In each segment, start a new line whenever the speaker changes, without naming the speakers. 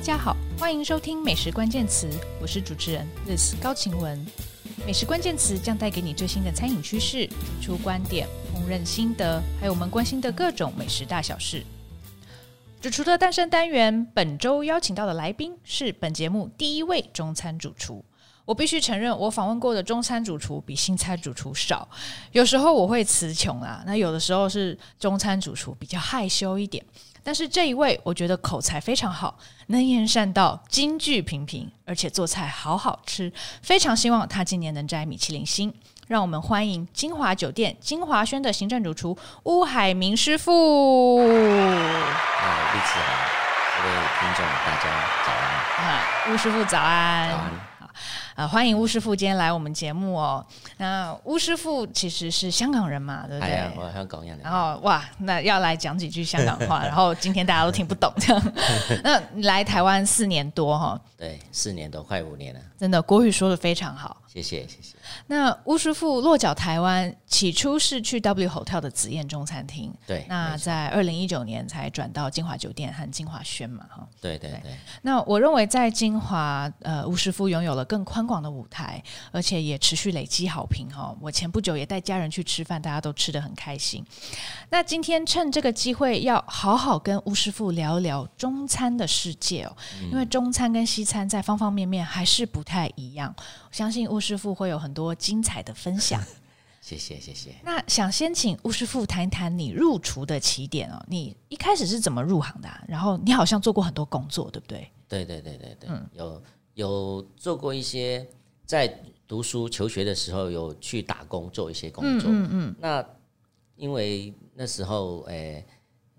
家好，欢迎收听《美食关键词》，我是主持人 Liz 高晴雯。美食关键词将带给你最新的餐饮趋势、主厨观点、烹饪心得，还有我们关心的各种美食大小事。主厨的诞生单元，本周邀请到的来宾是本节目第一位中餐主厨。我必须承认，我访问过的中餐主厨比新餐主厨少。有时候我会词穷啦，那有的时候是中餐主厨比较害羞一点。但是这一位，我觉得口才非常好，能言善道，京剧频频，而且做菜好好吃，非常希望他今年能摘米其林星。让我们欢迎金华酒店金华轩的行政主厨乌海明师傅。
啊，栗子啊，各位听众大家早安，
啊，巫师傅早安。
早安
好呃，欢迎巫师傅今天来我们节目哦。那巫师傅其实是香港人嘛，对不
哎
对？
呀，我香港人
然
嚟，
后哇，那要来讲几句香港 话，然后今天大家都听不懂这样。那你来台湾四年多哈、
对，四年多快五年了，
真的国语说的非常好。
谢谢谢谢，
那巫师傅落脚台湾，起初是去 W Hotel 的紫燕中餐厅，
对，
那
没错
在二零一九年才转到金华酒店和金华轩嘛哈。
对对对，
那我认为在金华，呃，吴师傅拥有了更宽广的舞台，而且也持续累积好评哦。我前不久也带家人去吃饭，大家都吃得很开心。那今天趁这个机会，要好好跟吴师傅聊聊中餐的世界哦，因为中餐跟西餐在方方面面还是不太一样。我相信吴师傅会有很多精彩的分享。
谢谢谢谢。
那想先请吴师傅谈一谈你入厨的起点哦，你一开始是怎么入行的啊、然后你好像做过很多工作，对不对？
对对对对对，
嗯
有有做过一些在读书求学的时候有去打工做一些工作，嗯嗯那因为那时候呃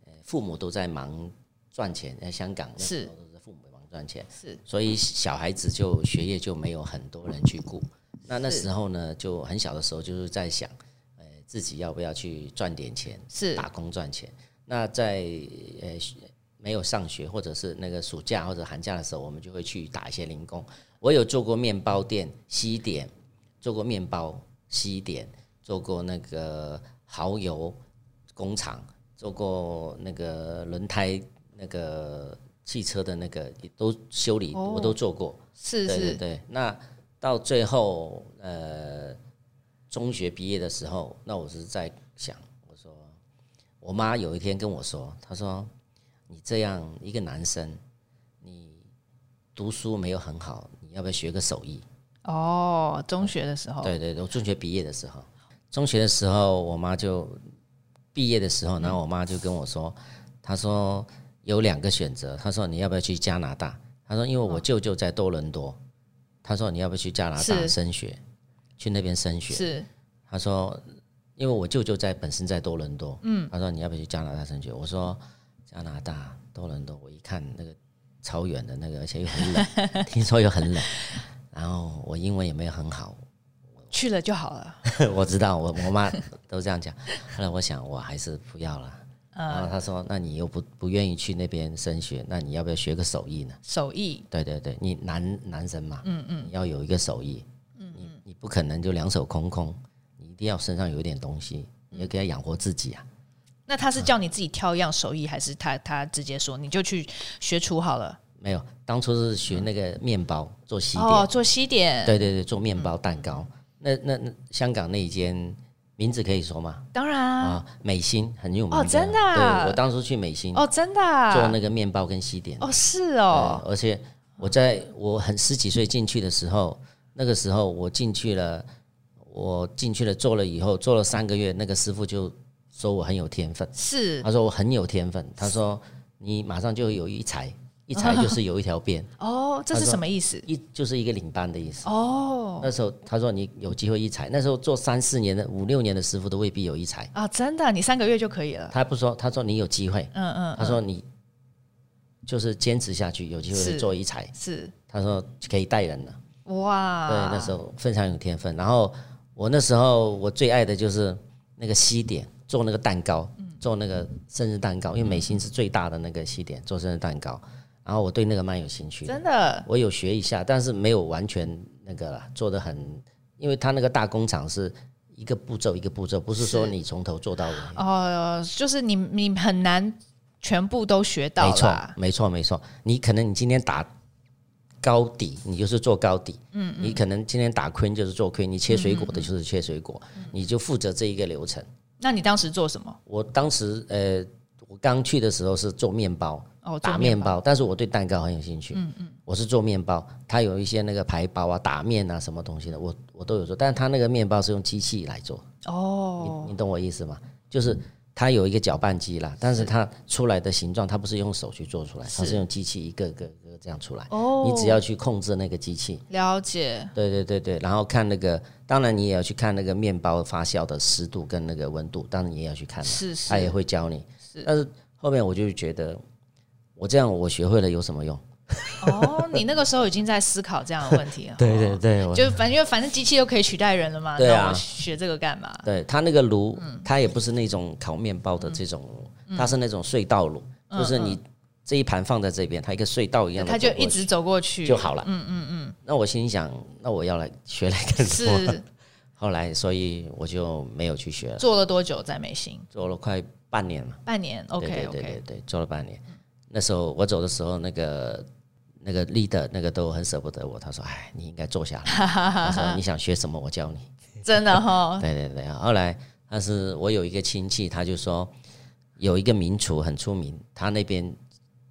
呃父母都在忙赚钱，在香港那时候都是父母忙赚钱，
是，
所以小孩子就学业就没有很多人去顾。那那时候呢，就很小的时候就是在想，呃，自己要不要去赚点钱，
是
打工赚钱。那在呃学没有上学或者是那个暑假或者寒假的时候，我们就会去打一些零工。我有做过面包店西点，做过面包西点，做过那个蚝油工厂，做过那个轮胎那个汽车的那个也都修理，
哦
我都做过。
是
对对对，那到最后呃，中学毕业的时候，那我是在想，我说我妈有一天跟我说，她说你这样一个男生，你读书没有很好，你要不要学个手艺？
哦，中学的时候，
对对对，我中学毕业的时候，中学的时候，我妈就毕业的时
嗯
候，然后我妈就跟我说，她说有两个选择，她说你要不要去加拿大？她说因为我舅舅在多伦多，她说你要不要去加拿大
是
升学，去那边升学？
是
她说因为我舅舅在本身在多伦多，嗯，她说你要不要去加拿大升学？我说加拿大多伦多，我一看那个超远的那个，而且又很冷，听说又很冷，然后我英文也没有很好。
去了就好了。
我知道，我我妈都这样讲。后来我想，我还是不要了。
呃
然后她说：“那你又不不愿意去那边升学，那你要不要学个手艺呢
手艺？”
对对对，你男男生嘛，嗯嗯，你要有一个手艺，嗯你你不可能就两手空空，你一定要身上有一点东西，
嗯
你也可以养活自己啊。
那他是叫你自己挑一样手艺，还是他他直接说你就去学厨好了？
没有，当初是学那个面包做西点，
哦，嗯做西点，
对对对，做面包蛋糕。那那那香港那一间名字可以说吗？
当然啊，
啊，美心很有名
哦真的啊
对，我当初去美心
哦，真的啊，
做那个面包跟西点。
哦，是哦，
对而且我在我很十几岁进去的时候，那个时候我进去了，我进去了做了以后，做了三个月，那个师傅就说我很有天分，
是
他说我很有天分，他说你马上就有一裁，一裁就是有一条辫，
哦，这是什么意思？
一就是一个领班的意思。
哦
那时候他说你有机会一裁，那时候做三四年的五六年的师傅都未必有一裁，
啊，真的，你三个月就可以了。
他不说，他说你有机会，
嗯嗯，
他说你就是坚持下去，有机会
是
做一裁，
是
他说可以带人了。
哇，
对，那时候非常有天分。然后我那时候我最爱的就是那个西点，做那个蛋糕，做那个生日蛋糕，因为美心是最大的那个西点，做生日蛋糕。然后我对那个蛮有兴趣的，
真的
我有学一下，但是没有完全那个啦，做的很，因为他那个大工厂是一个步骤一个步骤，不是说
是
你从头做到尾。
哦，就是你你很难全部都学到
没错
啦，。
没错，没错。你可能你今天打高底，你就是做高底。嗯你可能今天打 queen 就是做 queen，你切水果的就是切水果，你就负责这一个流程。
那你当时做什么？
我当时呃，我刚去的时候是做面包，
哦，做
打面
面包。
包，但是我对蛋糕很有兴趣。嗯嗯，我是做面包，它有一些那个排包啊、打面啊什么东西的，我我都有做。但是它那个面包是用机器来做，
哦，
你懂我意思吗？就是它有一个搅拌机啦，但是它出来的形状，它不是用手去做出来，它
是
是用机器一个个个这样出来。
哦，
你只要去控制那个机器，
了解，
对对对对，然后看那个，当然你也要去看那个面包发酵的湿度跟那个温度，当然你也要去看的，哎
是是
他也会教你。但是后面我就觉得，我这样我学会了有什么用？
哦，你那个时候已经在思考这样的问题了。哦
对对对，
就反正因为反正机器都可以取代人了嘛，
对啊
那我学这个干嘛？
对它那个炉，它也不是那种烤面包的这种，它是那种隧道炉，就是你这一盘放在这嗯边，它一个隧道一样的，
他就一直走过去，
就好了。嗯嗯嗯。那我心想，那我要来学来干什么？
是
后来，所以我就没有去学了，
做了多久在美心？
做了快半年了。
半年
对
，OK
对对
OK，
对，做了半年。那时候我走的时候，那个那个 leader 那个都很舍不得我，他说：“哎，你应该 坐下来。”他说：“你想学什么，我教你。
真的哈，
对对对。后来，但是我有一个亲戚，他就说有一个名厨很出名，他那边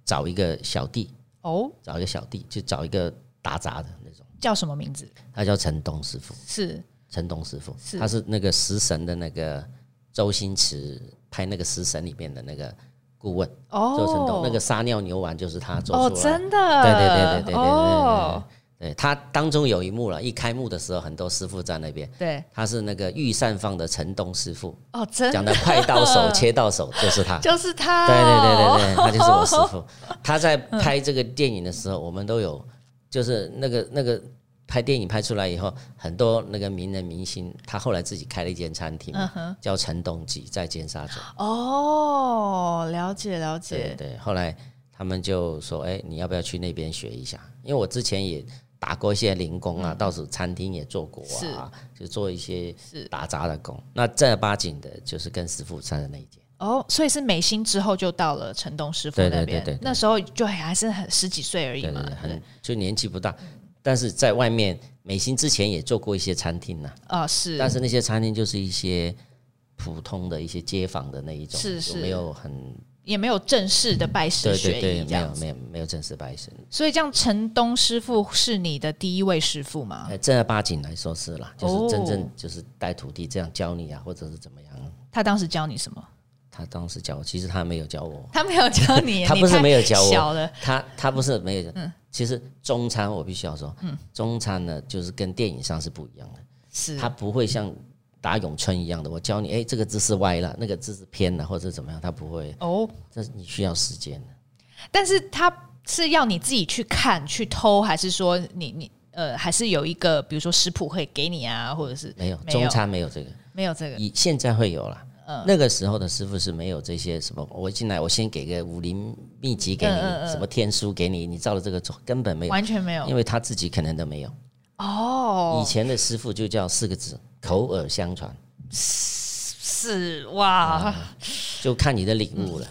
找一个小弟，
哦，
找一个小弟，就找一个打杂的那种，
叫什么名字？
他叫陈东师傅。
是
陈东师傅，
是
他是那个《食神》的那个周星驰拍那个《食神》里面的那个顾问。周成
哦
东，那个撒尿牛丸就是他做
哦，
出来的。
真的，
对对对对对对对对
哦，
对他当中有一幕了，一开幕的时候，很多师傅在那边，
对
他是那个御膳房的陈东师傅，
哦，真
讲
的
的快到手、切到手就是他。
就是他，
对对对对对，他就是我师傅。他在拍这个电影的时候，我们都有，就是那个那个拍电影拍出来以后，很多那个名人明星，他后来自己开了一间餐厅，叫陈东记，在尖沙咀。
哦，了解了
对
解，
对，后来他们就说：“哎，你要不要去那边学一下？”因为我之前也打过一些零工
嗯
啊，到处餐厅也做过啊，就做一些打杂的工。那正儿八经的就是跟师傅站的那一间。
哦，所以是美心之后就到了城东师傅
对对
那
对
边
对对，
那时候就还是很十几岁而已
对
嘛
对，对，很就年纪不大，但是在外面美心之前也做过一些餐厅呐、
啊是，
但是那些餐厅就是一些普通的一些街坊的那一种，
是
就是没有很
也没有正式的拜
对
师
对
学
对，
艺这
没有
样
没
子，
有没有正式拜师，
所以这样陈东师傅是你的第一位师傅吗？
呃，正儿八经来说是啦，就是真
哦
正就是带徒弟这样教你啊，或者是怎么样啊。
他当时教你什么？
他当时教我，其实他没有教我，
他没有教 你，
他
你
不是
太
没有教我
小了，
他他不是没有教。
嗯
其实中餐我必须要说，中餐呢就是跟电影上是不一样的，
是
他不会像打咏春一样的，我教你，哎，这个姿势歪了，那个姿势偏了，或者是怎么样，他不会，
哦，
这你需要时间的。
但是他是要你自己去看去偷，还是说你你呃，还是有一个比如说食谱会给你啊，或者是
没有
没有
中餐没有这个，
没有这个？
以现在会有了。
嗯
那个时候的师傅是没有这些什么，我进来我先给个武林秘籍给你，什么天书给你，你照着这个做，根本没有，
嗯完全没有
因为他自己可能都没有。以
哦，
前的师傅就叫四个字，口耳相传，
是
啊
哇，
就看你的领悟
嗯
了，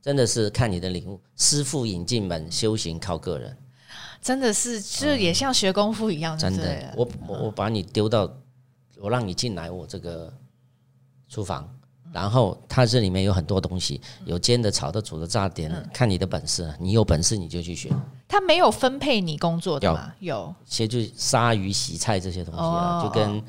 真的是看你的领悟。师傅引进门，修行靠个人，
真的是，这也像学功夫一样，
嗯真
啊对嗯了
的。我我我把你丢到，我让你进来我这个厨房，然后它这里面有很多东西，
嗯
有煎的、炒的、煮的、炸的点的，看你的本事了。你有本事你就去学，
他没有分配你工作的吗？有
些就杀鱼、洗菜这些东西了，
哦
就跟。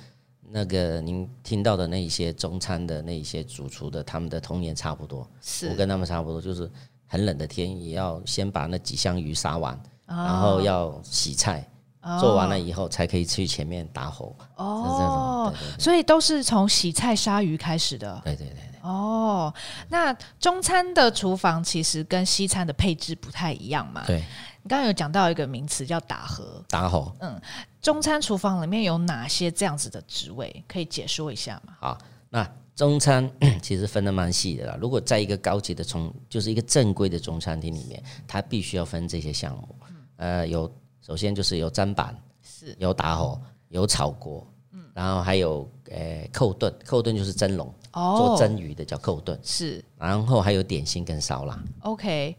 那个您听到的那一些中餐的那一些主厨的他们的童年差不多，我
是
跟他们差不多，就是很冷的天也要先把那几箱鱼杀完，
哦
然后要洗菜，做完了以后才可以去前面打火。
哦
是这种，
所以都是从洗菜、杀鱼开始的。
对对对对，
哦，那中餐的厨房其实跟西餐的配置不太一样嘛。
对
你刚刚有讲到一个名词叫打和，
打火
嗯中餐厨房里面有哪些这样子的职位？可以解说一下吗？
好。那中餐 其实分的蛮细的啦。如果在一个高级的中，就是一个正规的中餐厅里面，
嗯
它必须要分这些项目。呃，有首先就是有砧板，
是嗯
有打火，有炒锅，然后还有呃扣炖，扣炖就是蒸笼。
哦，
做蒸鱼的叫扣炖，
是
然后还有点心跟烧腊。
OK，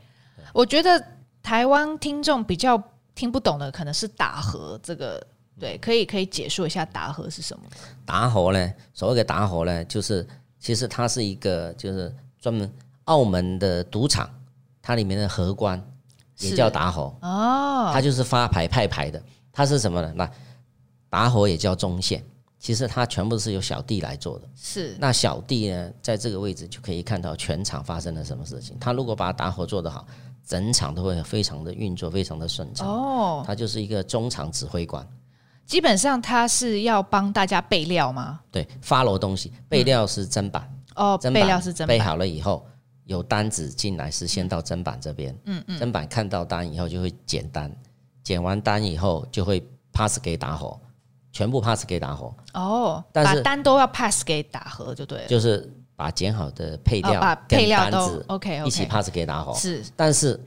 我觉得台湾听众比较听不懂的可能是打和这个，对，可以可以解说一下打和是什么吗？
达河呢，所谓的达河呢，就是其实它是一个就是专门澳门的赌场，它里面的荷官也
是
叫达河哦，它就是发牌派牌的，它是什么呢？那达河也叫中线，其实它全部是由小弟来做的。
是
那小弟呢，在这个位置就可以看到全场发生了什么事情。他如果把打火做得好，整场都会非常的运作，非常的顺畅。
哦，
他就是一个中场指挥官，
基本上他是要帮大家备料吗？
对，发楼东
嗯
西，备料是砧板，
哦，
砧
备
板
料是真
备
版
好了以后，有单子进来是先到砧板这边，嗯嗯，砧板看到单以后就会剪单，剪完单以后就会 pass 给打火，全部 pass 给打火，
哦，
但
把
是
单都要 pass 给打和就对了，
就是把剪好的配
哦、把
料
配
跟
料
单
都
子
OK
一起
OK，
pass 给打火，
是
但是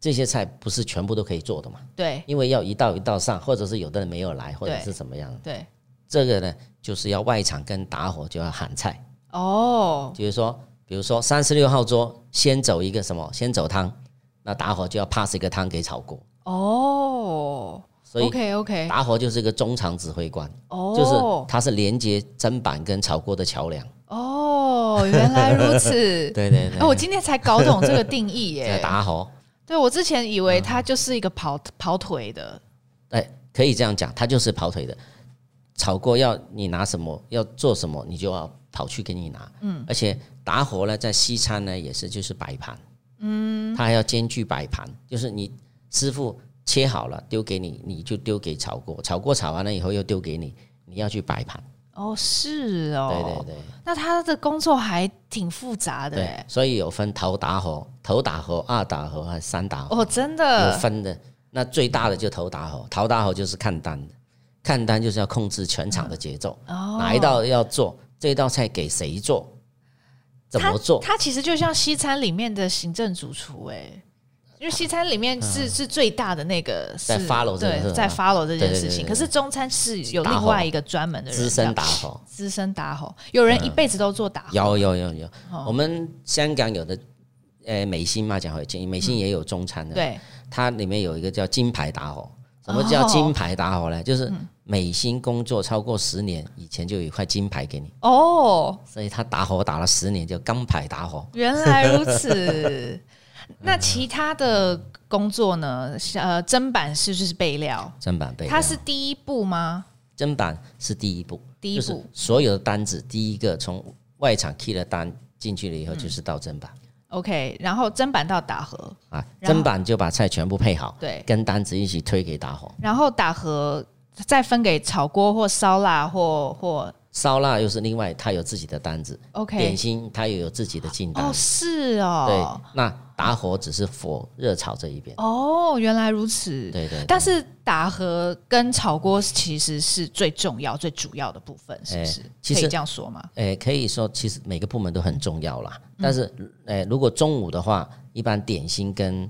这些菜不是全部都可以做的嘛，
对
因为要一道一道上，或者是有的人没有来，或者
对
是怎么样。
对
这个呢，就是要外场跟打火就要喊菜，
哦，
就是说，比如说三十六号桌先走一个什么，先走汤，那打火就要 pass 一个汤给炒锅，
哦
所以
，OK OK，
打火就是一个中场指挥官，就是
哦，
它是连接砧板跟炒锅的桥梁。。
哦，原来如此
对对
哎、我今天才搞懂这个定义
对，
耶！
打嗯火，
对我之前以为它就是一个跑跑腿的，
哎，可以这样讲，它就是跑腿的。炒锅要你拿什么，要做什么，你就要跑去给你拿。嗯，而且打火呢，在西餐呢也是就是摆盘，嗯，它还要兼具摆盘，就是你师傅切好了丢给你，你就丢给炒锅，炒锅炒完了以后又丢给你，你要去摆盘。
哦，是哦，
对对对
那他的工作还挺复杂的
对
耶，，
所以有分头打火、头打火、二打火和三打火。
哦，真
有
的，
分的。那最大的就头打吼，头打吼就是看单的，看单就是要控制全场的节奏，
哦
哪一道要做，这道菜给谁做，怎么做，
他其实就像西餐里面的行政主厨，哎，因为西餐里面是、是最大的那个是
嗯在 follow 这件事
对，
啊
在 follow 这件
对对
事
对
情，
对对
可是中餐是有
打
另
吼
外一个专门的人
资深
的
打吼。
资深打吼，有人一辈子都做打吼，
有有有有，
哦
我们香港有的，呃，美心嘛，讲回去，美心也有中餐的，
嗯对，哦
它里面有一个叫金牌打火。什么叫金牌打火呢？就是
嗯
美心工作超过十年以前就有一块金牌给你，
哦，
所以他打火打了十年叫钢牌打火。
原来如此。 那其他的工作呢？呃，砧板是就是备料，
砧板背，
它是第一步吗？
砧板是第一步，
第一
就
步、
是所有的单子，第一个从外场 key 了单进去了以后，
嗯
就是到砧板、
o k 然后砧板到打和，
啊，
然后
砧板就把菜全部配好，
对，
跟单子一起推给打火。
然后打和再分给炒锅或烧腊或或
烧腊又是另外，它有自己的单子，点
OK
心它也有自己的进单。
哦，是哦，
对，那打火只是火热炒这一边。
哦，原来如此。
对对对
但是打和跟炒锅其实是最重要、最主要的部分，是不是？
哎其
可以
实
这样说吗？
诶，可以说其实每个部门都很重要
嗯
啦。但是，诶，如果中午的话，一般点心跟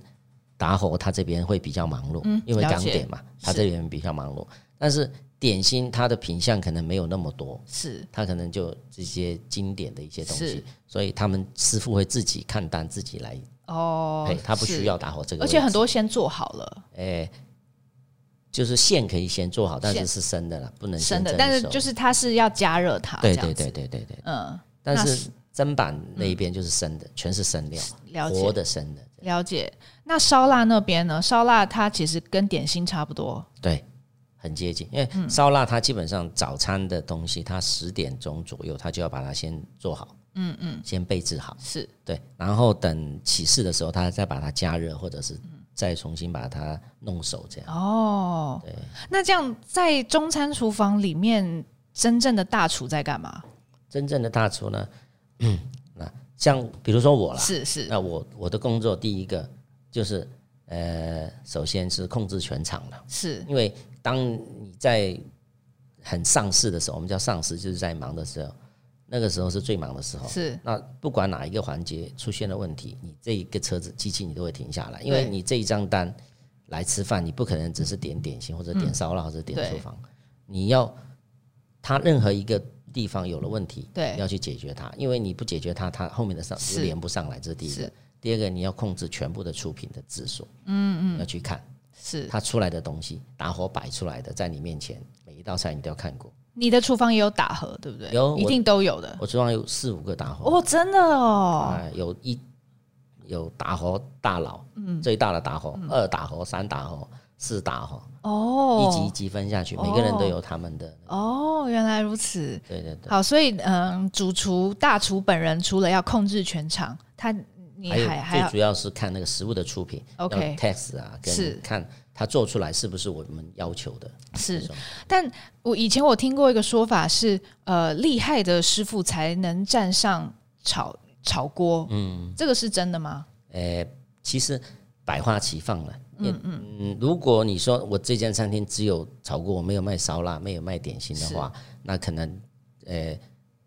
打火他这边会比较忙碌，因
嗯
为
了
港
解
点嘛，他
是
这边比较忙碌。但是点心它的品相可能没有那么多，
是
它可能就这些经典的一些东
是
西，所以他们师傅会自己看单，自己来
哦
配，，哎他不
是
需要打火这个
而
位置。
且很多先做好了，
诶，就是馅可以先做好，但是
馅
是生的了，不能
生的，
先蒸
但是
熟
就是它是要加热它，
对
这样
对
子
对，对对对。
嗯，
但
那嗯
是砧板那一边就是生的，全是生料，
了
活
解
的生的。
了解。那烧腊那边呢？烧腊它其实跟点心差不多，
对，很接近。因
嗯
为烧腊它基本上早餐的东西，它十点钟左右，它就要把它先做好，嗯嗯，先备制好，
是
对，然后等起市的时候，它再把它加热，或者是再重新把它弄熟，这样。
哦。
对，
那这样在中餐厨房里面，真正的大厨在干嘛？
真正的大厨呢， 那像比如说我啦，
是是
那我我的工作第一个就是呃，首先是控制全场了。
是
因为当你在很上市的时候，我们叫上市，就是在忙的时候，那个时候是最忙的时候。
是，
那不管哪一个环节出现了问题，你这一个车子机器你都会停下来，因为
对
你这一张单来吃饭，你不可能只是点点心或者点烧腊或者点
对
厨房，你要它任何一个地方有了问题，
对
要去解决它，因为你不解决它，它后面的上
是
连不上来，这是第一个
是。
第二个，你要控制全部的出品的字数，嗯嗯，要去看
是
它出来的东西，打火摆出来的，在你面前每一道菜你都要看过。
你的厨房也有打和，对不对？
有
一
我
定都有的。
我桌上有四五个打火，
哦，真的哦，
啊，有一有打火大佬，
嗯
最大的打火，二打火，三打火，四打火，
哦，
一级一级分下去，每个人都有他们的，
哦，原来如此。
对对对，
好，所以嗯，主厨大厨本人除了要控制全场，他你
还有
还还
最
要
主要是看那个食物的出品
OK
要 text 啊，
是
跟看它做出来是不是我们要求的，
是
这种
但我以前我听过一个说法是，呃，厉害的师傅才能站上炒炒锅，嗯，这个是真的吗？
呃，其实百花齐放了。嗯嗯如果你说我这间餐厅只有炒锅，我没有卖烧腊，没有卖点心的话，那可能呃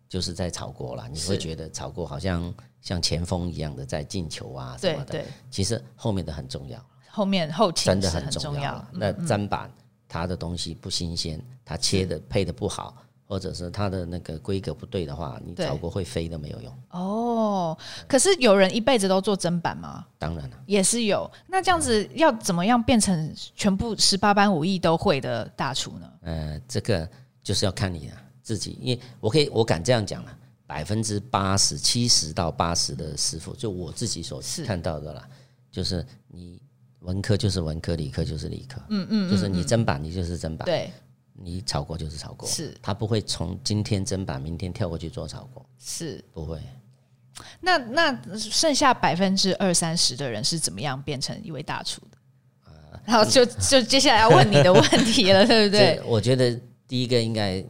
就是在炒锅啦。你
是
会觉得炒锅好像像前锋一样的在进球啊什
对
么的。
对，
其实后面的很重要，
后面后勤
真的
是很
重
要
啦
嗯
那砧板它的东西不新鲜，它切的配的不好，或者是它的那个规格不对的话，你
对
炒锅会飞都没有用。
哦，可是有人一辈子都做砧板吗？
当然了。
也是有。那这样子要怎么样变成全部十八般武艺都会的大厨呢？
呃，这个就是要看你啊自己，因为我可以，我敢这样讲了，百分之八十、七十到八十的师傅，就我自己所
是
看到的啦，就是你文科就是文科，理科就是理科，嗯嗯就是你砧板你就是砧板，
对，
你炒锅就是炒锅，
嗯是
他不会从今天砧板，明天跳过去做炒锅，
是。
不会。
那那剩下百分之二三十的人是怎么样变成一位大厨的？
呃
然后
嗯
就就接下来要问你的问题了，对不 对？
这，我觉得第一个应该，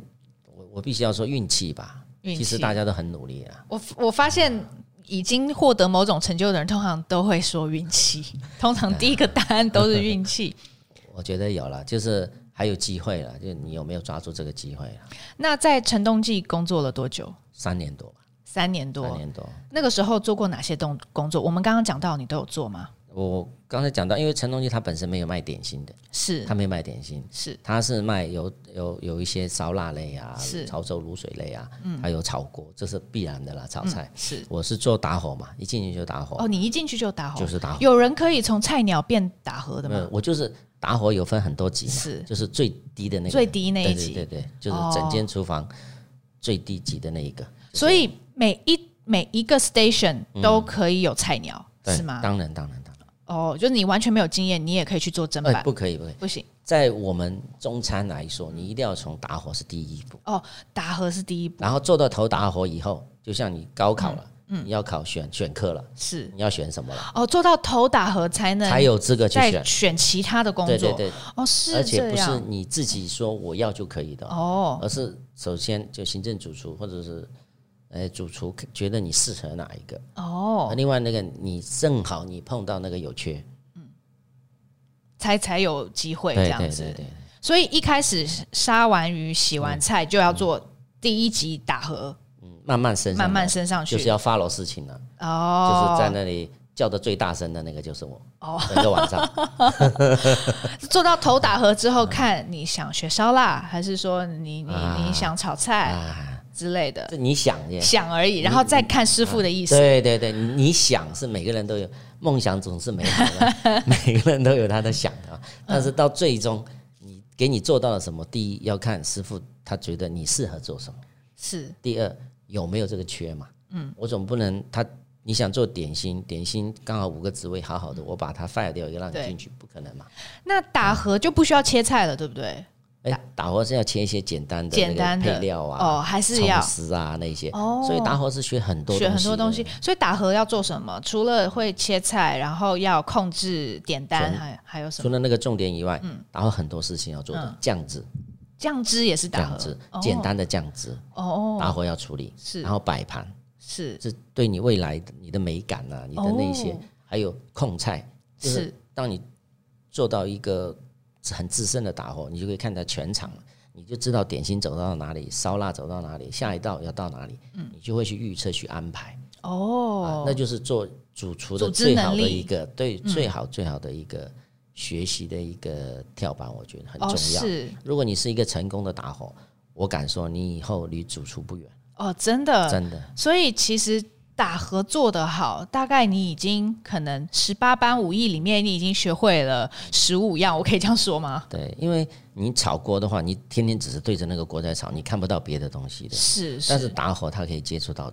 我我必须要说运气吧，
运
其实
气
大家都很努力啊啦，
我我发现已经获得某种成就的人，通常都会说运气，通 常第一个答案都是运气。
我觉得有了，就是还有机会了，就你有没有抓住这个机会了？
那在陈东记工作了多久？
三年多吧，
三年多。
三年多。
那个时候做过哪些动工作？我们刚刚讲到，你都有做吗？
我刚才讲到，因为陈东记他本身没有卖点心的，
是
他没有卖点心，
是
他是卖有有有一些烧腊类啊
是，嗯
潮州卤水类啊，还有炒锅，这是必然的啦，炒菜。
是。
我是做打火嘛，一进去就打火，
嗯哦，你一进去就打火，
就是打火。
有人可以从菜鸟变打和的
没有
吗？
我就是打火有分很多级嘛，
是
就是最低的那个
最低那一级
对对对对，就是整间厨房最低级的那一个，
所以每一每一个 station 都可以有菜鸟，
嗯对
是吗？
当然当然当然，
哦，就是你完全没有经验，你也可以去做砧板，
哎，不可以不可以，
不行
在我们中餐来说，你一定要从打火是第一步。
哦，打和是第一步，
然后做到头打火以后，就像你高考了，
嗯
你要考选选课了，
是
你要选什么了，
哦，做到头打和才能
才有资格去
再
选。
选其他的工
对
作，
对对，
哦，是
而且
这
不是
样
你自己说我要就可以的，
哦，
而是首先就行政主厨或者是。呃，主厨觉得你适合哪一个？
哦，
另外那个你正好你碰到那个有缺，
才才有机会这样
对
子
对。对，
所以一开始杀完鱼、洗完菜就要做第一级打和，
嗯慢慢嗯升上来，
慢慢升上去。
就是要 follow 事情了，
哦
就，是在那里叫的最大声的那个就是我，
哦
整个晚上。
做到头打和之后，看你想学烧腊，还是说你你你想炒菜
啊，
之类的，
这嗯你想耶，
想而已，然后再看师傅的意思。
对对对，你想是每个人都有梦想，总是美好 的，每个人都有他的想
嗯
的啊。但是到最终，你给你做到了什么？第一要看师傅他觉得你适合做什么，
是
第二有没有这个缺嘛。嗯，我总不能他你想做点心，点心刚好五个职位好好的，我把它 fire 掉一个让
对
你进去，不可能嘛。
那打和就不需要切菜了，对不对？
哎，打火是要切一些简单的
简单
那个
的
配料啊，
哦，还是
葱
要
丝啊那些，
哦
所以打火是学很多
学很多
的
东西。所以打和要做什么？除了会切菜，然后要控制点单，
全
还还有什
除
么？
了那个重点以外，
嗯
打火很多事情要做的，酱汁。
酱汁也是打和
酱汁，
哦
简单的酱汁，
哦，
打火要处理，
是
然后摆盘，
是
这对你未来你的美感啊，你的那些
哦，
还有控菜，就是是当你做到一个很资深的打火，你就可以看到全场了。你就知道点心走到哪里，烧腊走到哪里，下一道要到哪里，你就会去预测、去安排、啊
嗯哦，，
那就是做主厨
组
的
织
最好
能
的
力嗯
一个，对，最好最好的一个学习的一个跳板，我觉得很重
哦
要。
是
如果你是一个成功的打火，我敢说你以后离主厨不远，
哦，真的，
真的。
所以其实打合做得好，大概你已经可能十八般武艺里面，你已经学会了十五样，我可以这样说吗？
对，因为你炒锅的话，你天天只是对着那个锅在炒，你看不到别的东西的。
是，
但是打火，它可以接触到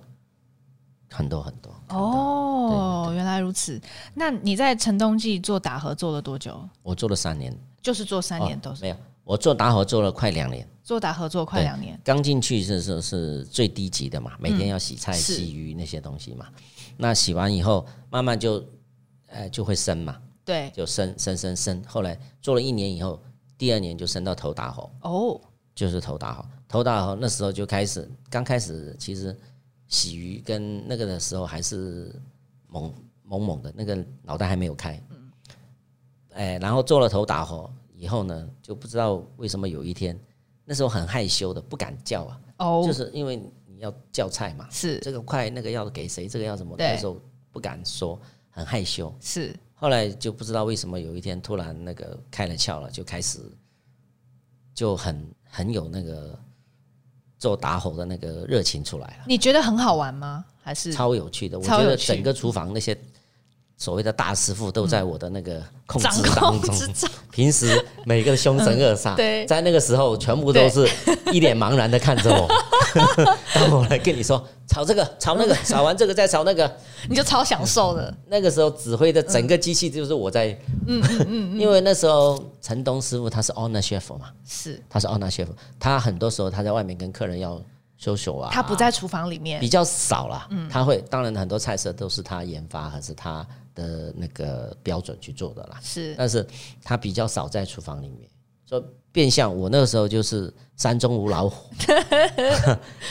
很多很多。
哦，原来如此。那你在城东记做打合做了多久？
我做了三年，
就是做三年都是、
没有，我做打火做了快两年。
做打合做快
对
两年，
刚进去是是是最低级的嘛，每天要洗菜、
是
洗鱼那些东西嘛。那洗完以后，慢慢就，呃，就会升嘛，
对
就升升升升。后来做了一年以后，第二年就升到头打火，
哦，
就是头打火。头打火那时候就开始，刚开始其实洗鱼跟那个的时候还是懵懵懵的，那个脑袋还没有开。哎，然后做了头打火以后呢，就不知道为什么有一天，那时候很害羞的，不敢叫啊。
哦，
就是因为你要叫菜嘛，
是
这个快，那个要给谁，这个要什么，
对
那时候不敢说，很害羞。
是
后来就不知道为什么有一天突然那个开了窍了，就开始就很很有那个做打火的那个热情出来
你觉得很好玩吗？还是
了，超有趣的。我
超
觉
有
得
趣
整个厨房那些所谓的大师傅都在我的那个控
掌
制
控
当
之
中。
中？
平时每个凶神恶煞，
对
在那个时候全部都是一脸茫然的看着我。 当我来跟你说炒这个、 炒那个、炒完这个再炒那个，
你就超享受的，
那个时候指挥的整个机器就是我在。嗯嗯嗯。因为那时候陈东师傅他是 owner chef 嘛，
是
他是 owner chef，他很多时候他在外面跟客人要 social 啊，
他不在厨房里面
比较少啦。他会当然很多菜色都是他研发还是他的那个标准去做的啦。
是
但是他比较少在厨房里面，所以变相我那个时候就是山中无 老虎，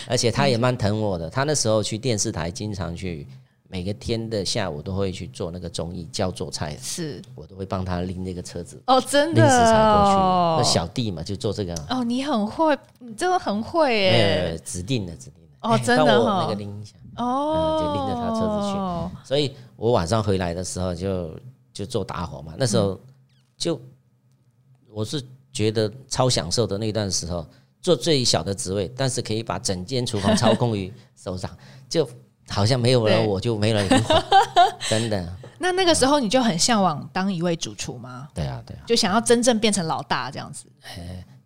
而且他也蛮疼我的。他那时候去电视台，经常去每个天的下午都会去做那个综艺，教做菜，
是
我都会帮他拎那个车子，
哦，真
临
的
时才过去。
哦
那小弟嘛，就做这个，啊
哦，你很会，你真的很会
没有没
耶！
有指定的指定的。
哦真的
帮我
哦
那个拎一下。
哦、
嗯就拎着他车子去
去。
所以我晚上回来的时候就就做打火嘛，那时候就我是觉得超享受的那段时候，做最小的职位，但是可以把整间厨房操控于手 掌，就好像没有了
对
我就没了灵 魂，真的，
那那个时候你就很向往当一位主厨吗？
对啊对啊，
就想要真正变成老大这样子？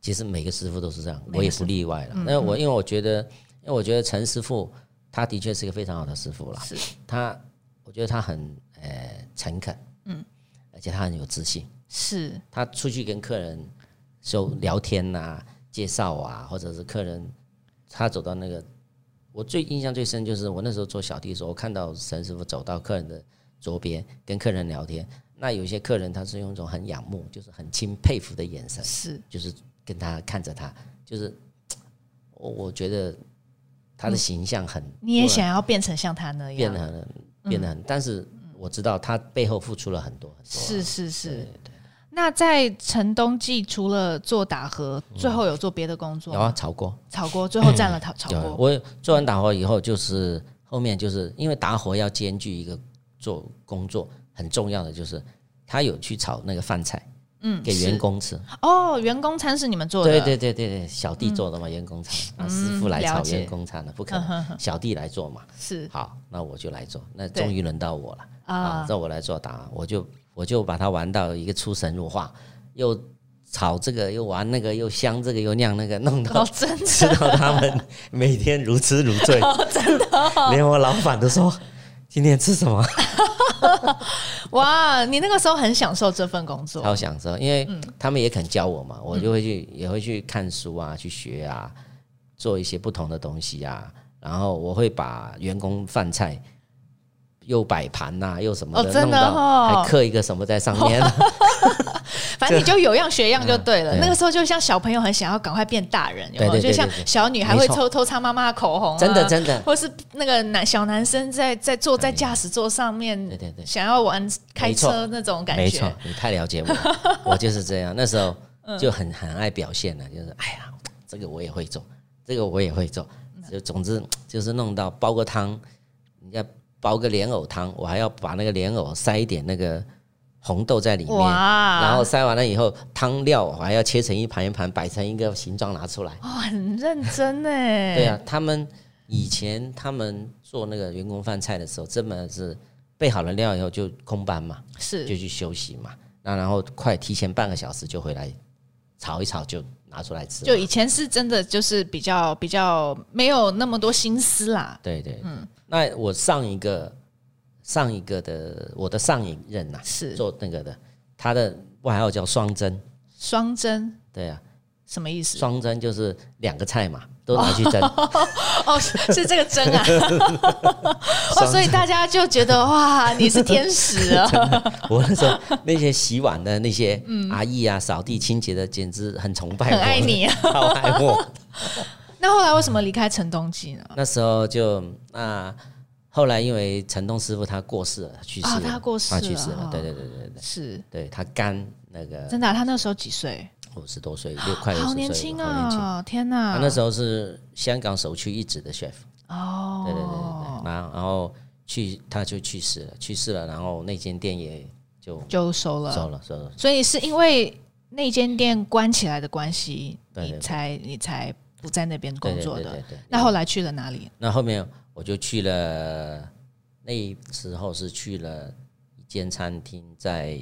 其实每个师傅嗯都是这样，
每个
我也
师
不例外了。那我因为我觉得，因为我觉得陈师傅他的确是一个非常好的师傅啦，
是
他我觉得他很呃诚恳，嗯，而且他很有自信。
是
他出去跟客人就聊天呐、介绍啊，或者是客人他走到那个，我最印象最深就是我那时候做小弟的时候，我看到沈师傅走到客人的桌边跟客人聊天，那有些客人他是用一种很仰慕，就是很钦佩服的眼神，
是
就是跟他看着他，就是我我觉得他的形象很，
你也想要变成像他那样？
变得很变得很，但是我知道他背后付出了很多很多啊，
是是是。那在城东记除了做打和，最后有做别的工作
嗯有
吗？
啊，嗯炒锅。
炒锅，最后占了炒炒
对，
锅。
呃我做完打火以后，就是后面就是因为打火要兼具一个做工作很重要的，就是他有去炒那个饭菜，
嗯，
给
是
员工吃。
哦，员工餐是你们做的？嗯
对对对对对，小弟做的嘛，员工餐，啊，师傅来
了
炒
解
员工餐的，不可
嗯
能，小弟来做嘛。
是
好，那我就来做，那
对
终于轮到我了啊
啊，，
让我来做打，我就我就把它玩到一个出神入化，又炒这个，又玩那个，又香这个，又酿那个，弄到
哦，真的
吃到他们每天如痴如 醉，
哦
真的，连我老板都说今天吃什么，
哇！你那个时候很享受这份工作，
超享受，因为
嗯
他们也肯教我嘛，我就会去也会去看书啊，去学啊，做一些不同的东西啊，然后我会把员工饭菜。又摆盘呐、又什么
哦
的，
真
弄
的
到
哦
还刻一个什么在上面，
反正你就有样学样就对了。
嗯对
那个时候就像小朋友很想要赶快变大人，有没有？
对对对
就像
对对
小女孩会
没错
偷偷擦妈妈的口红、啊，
真的真的，哎
或是那个男小男生在在坐在驾驶座上面，
对对对
想要玩开
没错
车那种感
没错
觉，，嗯
你太了解我了，我就是这样。那时候就很很爱表现了，就是哎呀，这个我也会做，这个我也会做，
嗯
就总之就是弄到煲个汤，你要煲个莲藕汤，我还要把那个莲藕塞一点那个红豆在里面，
哇，
然后塞完了以后，汤料我还要切成一盘一盘，摆成一个形状拿出来。
哦，很认真哎，
对啊，他们以前他们做那个员工饭菜的时候，真的是备好了料以后就空班嘛，就是去休息嘛。那然后快提前半个小时就回来炒一炒，就拿出来吃嘛。
就以前是真的就是比较比较没有那么多心思啦，
对对，嗯。那我上一个上一个的我的上一任呐、
是
做那个的，他的外号叫双蒸，
双蒸
对啊，
什么意思？
双蒸就是两个菜嘛，都拿 去蒸。
哦，是是这个蒸 啊，哦，所以大家就觉得哇，你是天使 啊，
我那时候那些洗碗的那些阿姨啊、扫地清洁的，简直很崇拜我，
嗯很爱， 你啊。
好爱我。
那后来为什么离开陈东记呢？
那时候就啊，后来因为陈东师傅他过世了，去世了，
啊他过世
他去世
了
了
哦，
对对对对对，
是
对他肝那个
真的啊、他那时候几岁？
五十多岁，六快六十岁，
好年轻
好年轻
啊！天哪
他，那时候是香港首屈一指的 chef，
哦，
对对对对对，然后然后去他就去世了，去世了，然后那间店也就
就收了。
收了收了，
所以是因为那间店关起来的关系，
对对
你才你才不在那边工作
对
的。
对对对对。
那后来去了哪里？
那后面我就去了，那时候是去了一间餐厅，在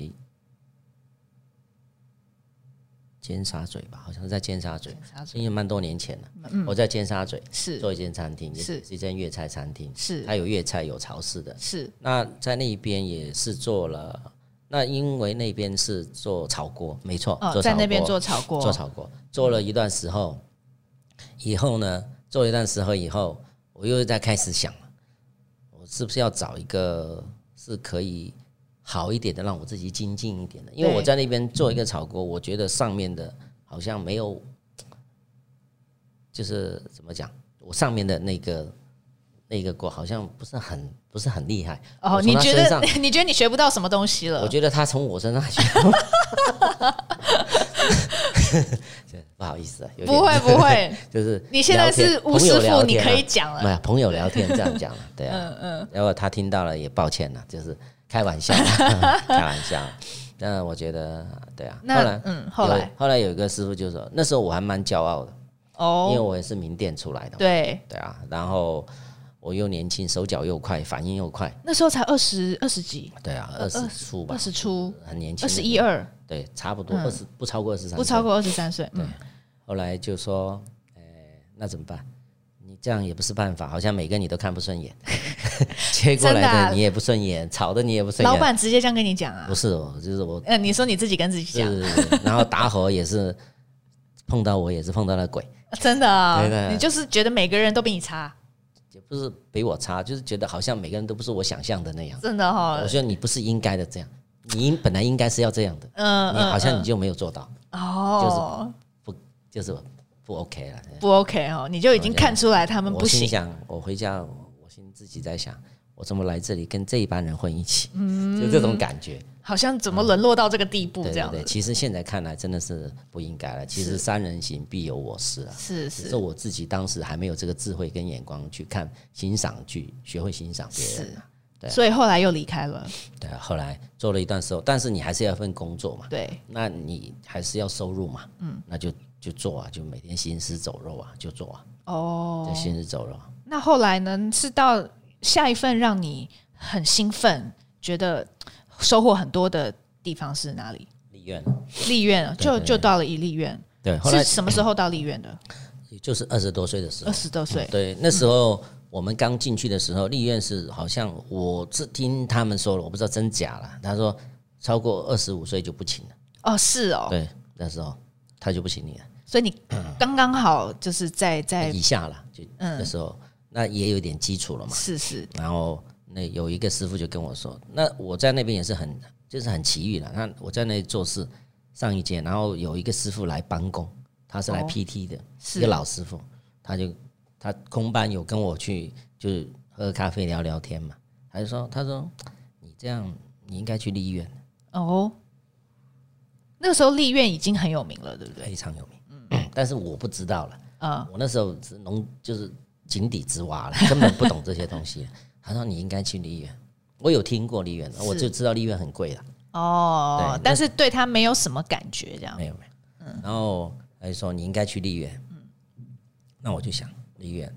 尖沙咀吧，好像是在尖沙咀，因为蛮多年前了。我在尖沙咀
是
做一间餐厅，也
嗯是
是一间粤菜餐厅，
是
它有粤菜有潮式的。
是
那在那边也是做了，那因为那边是做炒锅，没错，
哦，
做
在
炒
那边
锅
做炒锅，
做炒锅，做了一段时候，以后呢，做了一段时候以后，我又在开始想了，我是不是要找一个是可以好一点的，让我自己精进一点的？因为
对
我在那边做一个炒锅，我觉得上面的好像没有，就是怎么讲，我上面的那个那个锅好像不是很不是很厉害。
哦，
我从
你
他
觉
身
得
上
你觉得你学不到什么东西了？
我觉得他从我身上学， 不好意思啊，有点
不会不 会，
就是
你现在
聊天
是吴
朋友
师傅，
聊
你
天啊
可以讲
没
了。
有朋友聊天这样讲了，对啊， 嗯嗯，然后他听到了也抱歉了，就是开玩笑，啊 开玩笑。但我觉得对啊，后
那
来
嗯，后
有
来
后来有一个师傅就说，那时候我还蛮骄傲的，因为
哦，
我也是名店出来的嘛，
对，
对啊，然后我又年轻，手脚又快，反应又快，
那时候才二十二十几，
对啊，二十出吧
二，十出，
很年轻，
二十一，二，
对，差不多二十不超过二十
嗯
三，
不超过二十三岁。嗯，
后来就说，哎、那怎么办？你这样也不是办法，好像每个你都看不顺眼， 切过
真的啊
来的你也不顺眼，炒的你也不顺眼。
老板直接这样跟你讲啊
不？是我，就是我，
嗯，你说你自己跟自己
就
讲，
是然后打火也是碰到我也是碰到了鬼，
真的啊
对对，对
你就是觉得每个人都比你差，
也不是比我差，就是觉得好像每个人都不是我想象的那样。
真的哦哈
我。说你不是应该的这样，你应本来应该是要这样的，
嗯
你
嗯，
好像你就没有做到，
哦，
就是不 OK 了。
不 OK 哦，你就已经看出来他们不
我心
行。
想，我回家，我我心自己在想，我怎么来这里跟这一帮人混一起，就这种感觉。
好像怎么沦落到这个地步嗯
对
哦这
对
样
嗯对，
子？
其实现在看来真的是不应该了。其实三人行必有我师啊，
是
只
是
是我自己当时还没有这个智慧跟眼光去看欣赏，去学会欣赏别人。
是，所以后来又离开了。
对啊，后来做了一段时候，但是你还是要有份工作嘛，
对，
那你还是要收入嘛，嗯，那就就做啊，就每天行尸走肉啊，就做啊，
哦
就，行尸走肉啊。
那后来呢？是到下一份让你很兴奋，觉得收获很多的地方是哪里？
立院，
立院啊就
对对
就到了一立院，
对，后
是
来
什么时候到立院的？
也就是二十多岁的时候
二。十多岁，
对，那时候我们刚进去的时候，立院是好像我是听他们说了，我不知道真假了。他说超过二十五岁就不请了。
哦，是哦，
对，那时候他就不请你了，
所以你刚刚好就是在在
以下了，就那
哎嗯，
时候那也有点基础了嘛。
是是
然后那有一个师傅就跟我说，那我在那边也是很就是很奇遇了。那我在那里做事上一届，然后有一个师傅来帮工，他是来
哦
PT 的，一个
是，
老师傅，他就他空班有跟我去，就是喝咖啡聊聊天嘛。他就说，他说你这样你应该去立院，
哦，那个时候立院已经很有名了，对不对？
非常有名。 但是我不知道了，
嗯，
我那时候是农就是井底之蛙了， 根本不懂这些东西。他说你应该去立院，我有听过立院，我就知道立院很贵了，
哦
对，
但是对他没有什么感觉，这样
没有没有。然后他就说你应该去丽园，那我就想丽园，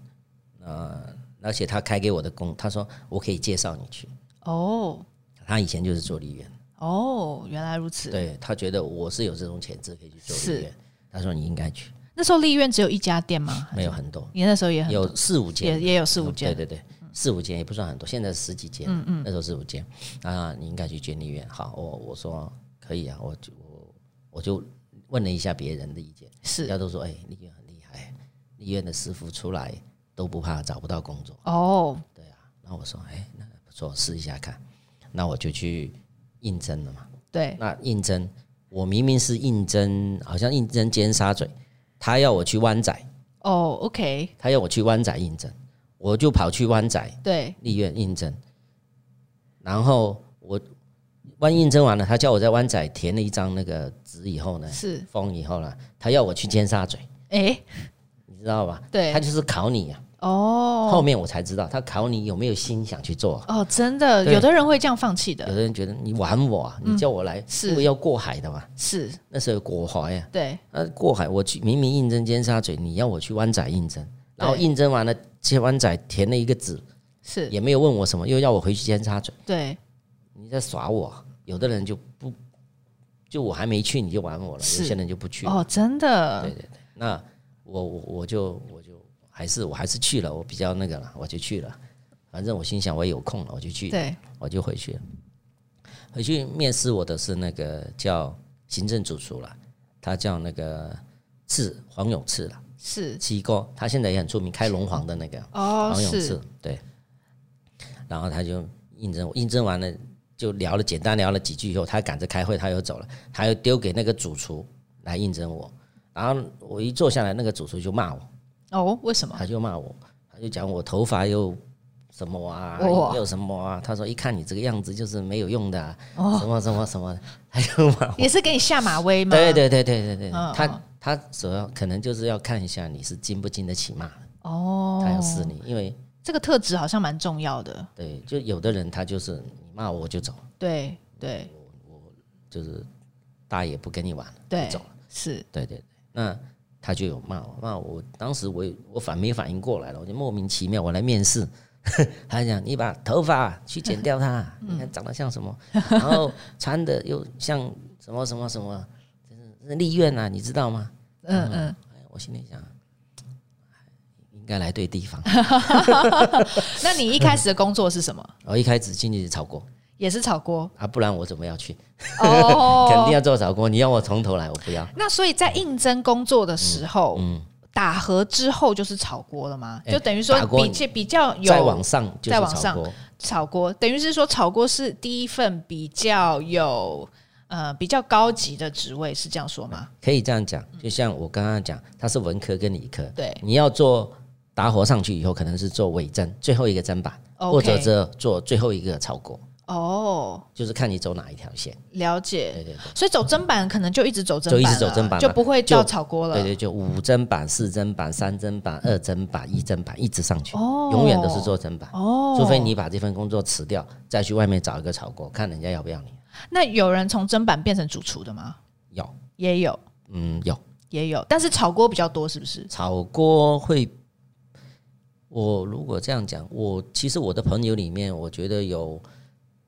呃，而且他开给我的工，他说我可以介绍你去。
哦
他以前就是做丽园，
哦，原来如此。
对他觉得我是有这种潜质可以去做
是
丽园，他说你应该去，
那时候丽苑只有一家店吗？
没有很多，
你那时候也很
有四五
也
间，嗯
也有四五间，嗯
对对对，四五间也不算很多，现在十几间，那时候四五间啊，你应该去监理院。好，我我说可以啊，我就我我就问了一下别人的意见，大
是
家都说哎，丽院很厉害，丽院的师傅出来都不怕找不到工作。
哦
那我说哎，那不错，试一下看。那我就去应征了嘛。
对
那应征，我明明是应征，好像应征尖沙咀，他要我去湾仔，
哦，OK，
他要我去湾仔应征，我就跑去湾仔。
对
立院应征，然后我湾应征完了，他叫我在湾仔填了一张那个纸以后呢，
是，
封以后呢，他要我去尖沙咀，
哎
你知道吧？
对
他就是考你啊。
哦
后面我才知道，他考你有没有心想去做。
哦，真的，
对
有的人会这样放弃
有
的，
的人觉得你玩我啊，你叫我来，
嗯是
因为要过海的嘛，
是
那时候有国华呀、
对
那呃过海，我去明明应征尖沙咀，你要我去湾仔应征，然后
对
应征完了，去湾仔填了一个纸，
是，
也没有问我什么，又要我回去尖沙咀。
对
你在耍我。有的人就不，就我还没去你就玩我了，
是
有些人就不去。
哦，真的
对对对，那我我我就我就还是我还是去了，我比较那个了，我就去了。反正我心想我也有空了，我就去，
对
我就回去了。回去面试我的是那个叫行政主厨了，他叫那个次黄永次了，
是
七哥，他现在也很出名，开龙皇的那个。
哦
黄永
是
志，对。然后他就应征，我应征完了就聊了简单聊了几句以后，他赶着开会，他又走了，他又丢给那个主厨来应征我。然后我一坐下来，那个主厨就骂我，
哦，为什么
他就骂我，他就讲我头发又什么啊，
哇
又什么啊，他说一看你这个样子就是没有用的啊、
哦
什么什么什么，他就骂我。
也是给你下马威吗？
对对对对对对，
嗯嗯
他他主要可能就是要看一下你是经不经得起骂，
哦
他，要试你，因为
这个特质好像蛮重要的，
对，就有的人他就是你骂我我就走，
对对
就是大爷不跟你玩了。
对
走，
是
对对对，那他就有骂我，骂我。当时我也我反没反应过来了，我就莫名其妙我来面试， 他讲你把头发去剪掉它， 你看长得像什么，然后穿的又像什么什么什么，真是立院啊，你知道吗？哎
嗯嗯，
我心里想，哎应该来对地方。
那你一开始的工作是什 么？
我一开始进去就炒锅
也是炒 锅
啊，不然我怎么要去？
哦，
肯定要做炒锅，你要我从头来，我不要。
那所以在应征工作的时候，打和之后就是炒锅了吗？
嗯哎
就等于说
打锅
比较比较
再往
有
上就
再
是
往
炒
上
锅，
炒锅，等于是说炒锅是第一份比较有呃比较高级的职位，是这样说吗？
可以这样讲。就像我刚刚讲，它是文科跟理科，
对
你要做打火上去以后，可能是做尾针最后一个砧板，或者
，OK，
这做最后一个炒锅，
哦，
就是看你走哪一条线。
了
对
解。
对对
所以走砧板可能就一直走砧板了，
就一直走砧板了
就不会
就
到炒锅了。
对对，就五砧板、四砧板、三砧板、二砧板、一砧板，一直上去，
哦
永远都是做砧板。
哦，
除非你把这份工作辞掉，再去外面找一个炒锅，看人家要不要你。
那有人从砧板变成主厨的吗？
有，
也有，
嗯，有。
也有，但是炒锅比较多，是不是？
炒锅会，我如果这样讲，我其实我的朋友里面，我觉得有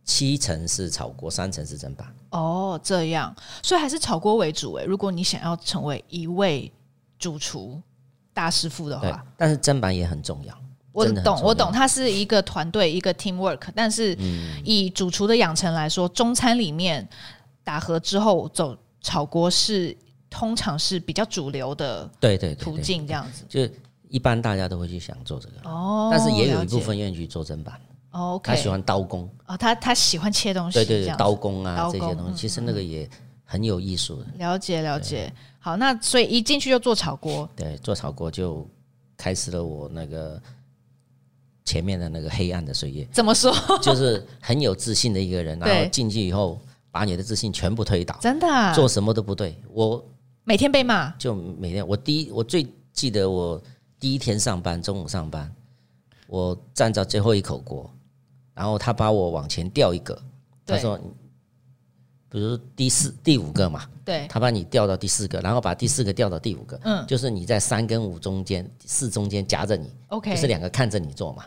七成是炒锅，三成是砧板。
哦，这样，所以还是炒锅为主诶。欸如果你想要成为一位主厨大师傅的
对
话，，
但是砧板也很重要。
我
真的很
懂，
重
我
要
懂，它是一个团队，一个 team work。但是
嗯
以主厨的养成来说，中餐里面打和之后走炒锅是通常是比较主流的
对对对
途
对，
径，这样子。
就一般大家都会去想做这个，
哦，
但是也有
了
一
解
部分愿意去做砧板，
哦
他喜
，OK，
欢刀工，
哦，他他喜欢切东西，
对
哦
对
这
对，
样子
刀工啊
刀
这
工
些东
嗯
西，其实那个也很有艺术的。
了解了解。好，那所以一进去就做炒锅，
对，做炒锅就开始了我那个前面的那个黑暗的岁月。
怎么说？
就是很有自信的一个人，
对
然后进去以后把你的自信全部推倒，
真的、啊，
做什么都不对。我
每天被骂。
就每天，我第一我最记得我第一天上班，中午上班，我站到最后一口锅，然后他把我往前调一个，
对
他说：“比如说第四、第五个嘛，
对，
他把你调到第四个，然后把第四个调到第五个，
嗯
就是你在三跟五中间、四中间夹着你，
，OK，
就是两个看着你做嘛，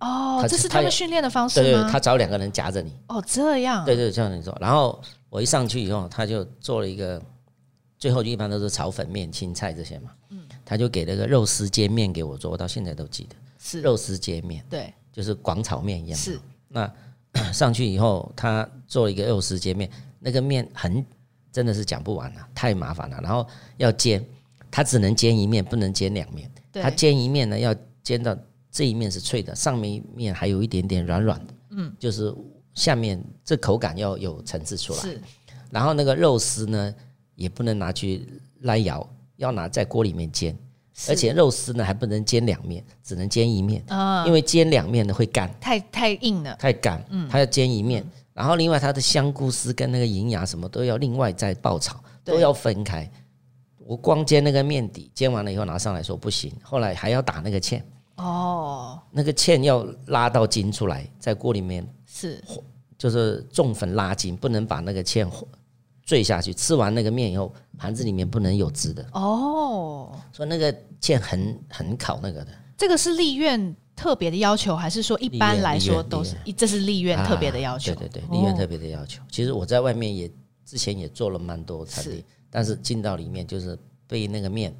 哦，
他
这是
他
他
有
们训练的方式
对对，
吗？
他找两个人夹着你，
哦，这样，
对对，这样你做。然后我一上去以后，他就做了一个，最后一般都是炒粉面、青菜这些嘛，
嗯
他就给了个肉丝煎面给我做，我到现在都记得，
是，
肉丝煎面
对，
就是广炒面一样嘛，
是，
那上去以后，他做了一个肉丝煎面，那个面很真的是讲不完了、啊太麻烦了。然后要煎，他只能煎一面，不能煎两面。
对
他，煎一面呢，要煎到这一面是脆的，上面一面还有一点点软软的。嗯，就是下面这口感要有层次出来。
是，
然后那个肉丝呢，也不能拿去拉摇，要拿在锅里面煎。
是
而且肉丝呢还不能煎两面，只能煎一面，
啊
因，为煎两面呢会干。
太太硬了，
太干，
嗯
它要煎一面，然后另外它的香菇丝跟那个银芽什么都要另外再爆炒，
对
都要分开。我光煎那个面底，煎完了以后拿上来说不行，后来还要打那个芡，
哦，
那个芡要拉到筋出来，在锅里面
是，
就是重粉拉筋，不能把那个芡坠下去。吃完那个面以后，盘子里面不能有汁的，
哦，
所以那个芡很很考那个的。
这个是立院特别的要求，还是说一
立
般
院
来
立
说
院
都
立
是？这是立院特别的要求，
啊对对对，立院
哦
特别的要求。其实我在外面也之前也做了蛮多餐
是
厅，但是进到里面就是被那个面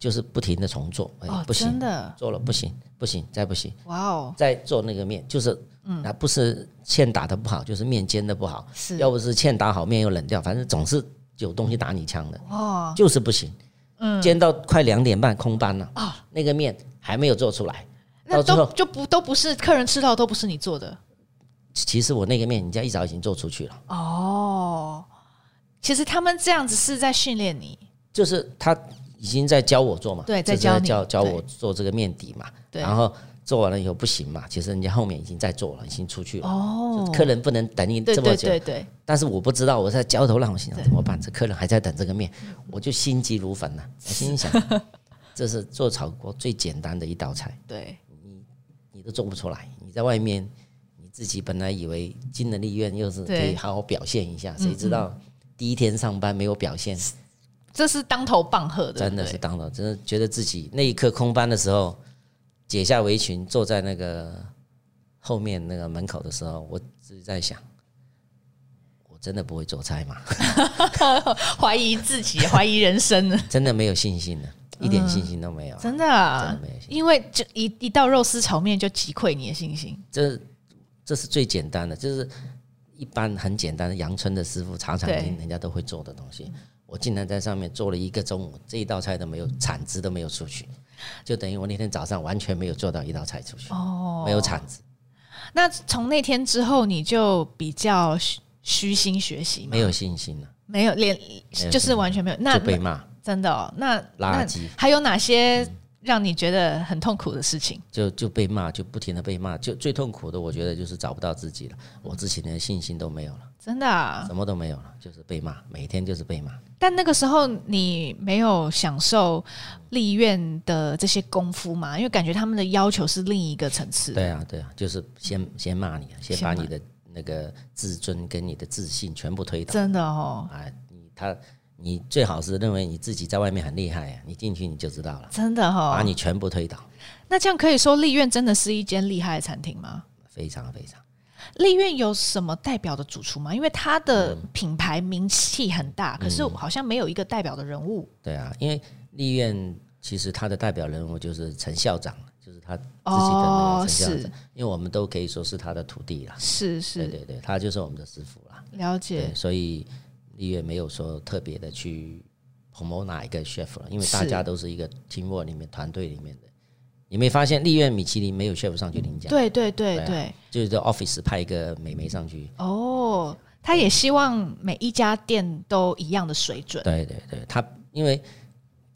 就是不停的重做，哎、
哦，
不
真
行，
的，
做了不行，不行，再不行，
哇哦，
再做那个面，就是嗯，啊，不是芡打的不好，就是面煎的不好，
是，
要不是芡打好，面又冷掉，反正总是有东西打你枪的，
哇，
就是不行。
嗯
煎到快两点半空班了，
啊
那个面还没有做出来。
那
到最
都
后，
就不都不是客人吃到都不是你做的
其实我那个面人家一早已经做出去了。
哦。其实他们这样子是在训练你，
就是他已经在教我做嘛，
对
就是
在教你
教教
对
我做这个面底嘛，
对
然后做完了以后不行嘛，其实人家后面已经在做了，已经出去了。
哦
就客人不能等你
对
这么
对
久，
对对，
但是我不知道，我在焦头烂额，心想
对
怎么办？这客人还在等这个面，我就心急如焚了、我心 里想，这是做炒锅最简单的一道菜，
对，
你都做不出来，你在外面你自己本来以为进了立院又是可
对
以好好表现一下，谁知道第一天上班没有表现，
这是当头棒喝的，
真的
对
是当了，真的觉得自己那一刻空班的时候，解下围裙坐在那个后面那个门口的时候，我只是在想，我真的不会做菜吗？
怀疑自 己，怀疑人生呢，
真的没有信心了，一点信心都没有啊，
嗯真的
真
啊
的，没有信心。
因为就一一道肉丝炒面就击溃你的信心，
这这是最简单的，就是一般很简单的阳春的师傅茶餐厅
对
人家都会做的东西。我竟然在上面做了一个中午，这一道菜都没有，产值都没有出去，就等于我那天早上完全没有做到一道菜出去，
哦
没有产值。
那从那天之后，你就比较虚虚心学习吗？
没有信心了，
没有，连
有
就是完全没有。那
就被嗯骂
真的哦，那
垃
那
圾，
还有哪些让你觉得很痛苦的事情？
就就被骂，就不停的被骂，就最痛苦的，我觉得就是找不到自己了，我自己连信心都没有了，
真的啊，
什么都没有了，就是被骂，每天就是被骂。
但那个时候你没有享受立院的这些功夫嘛？因为感觉他们的要求是另一个层次。
对啊，对啊，就是先先骂你，啊先
先
把
骂
你的那个自尊跟你的自信全部推倒
真的哦，
啊，你他你最好是认为你自己在外面很厉害啊，你进去你就知道了，
真的
把
哦。
你全部推倒，
那这样可以说立院真的是一间厉害的餐厅吗？
非常非常。
立院有什么代表的主厨吗？因为他的
嗯
品牌名气很大，可是好像没有一个代表的人物。
对啊，因为立院其实他的代表人物就是陈校长，就是他自己的那
哦
个，陈校长，
是
因为我们都可以说是他的徒弟啦。
是
对
是，
对对，他就是我们的师傅啦。
了解
对，。所以立院没有说特别的去 promote 哪一个 chef 了，因为
是
大家都是一个 teamwork 里面团队里面的。你没发现立院米其林没有 chef 上去领奖，
对对对
对啊
对，
就是在 office 派一个美眉上去。
哦，他也希望每一家店都一样的水准。
对对对，他因为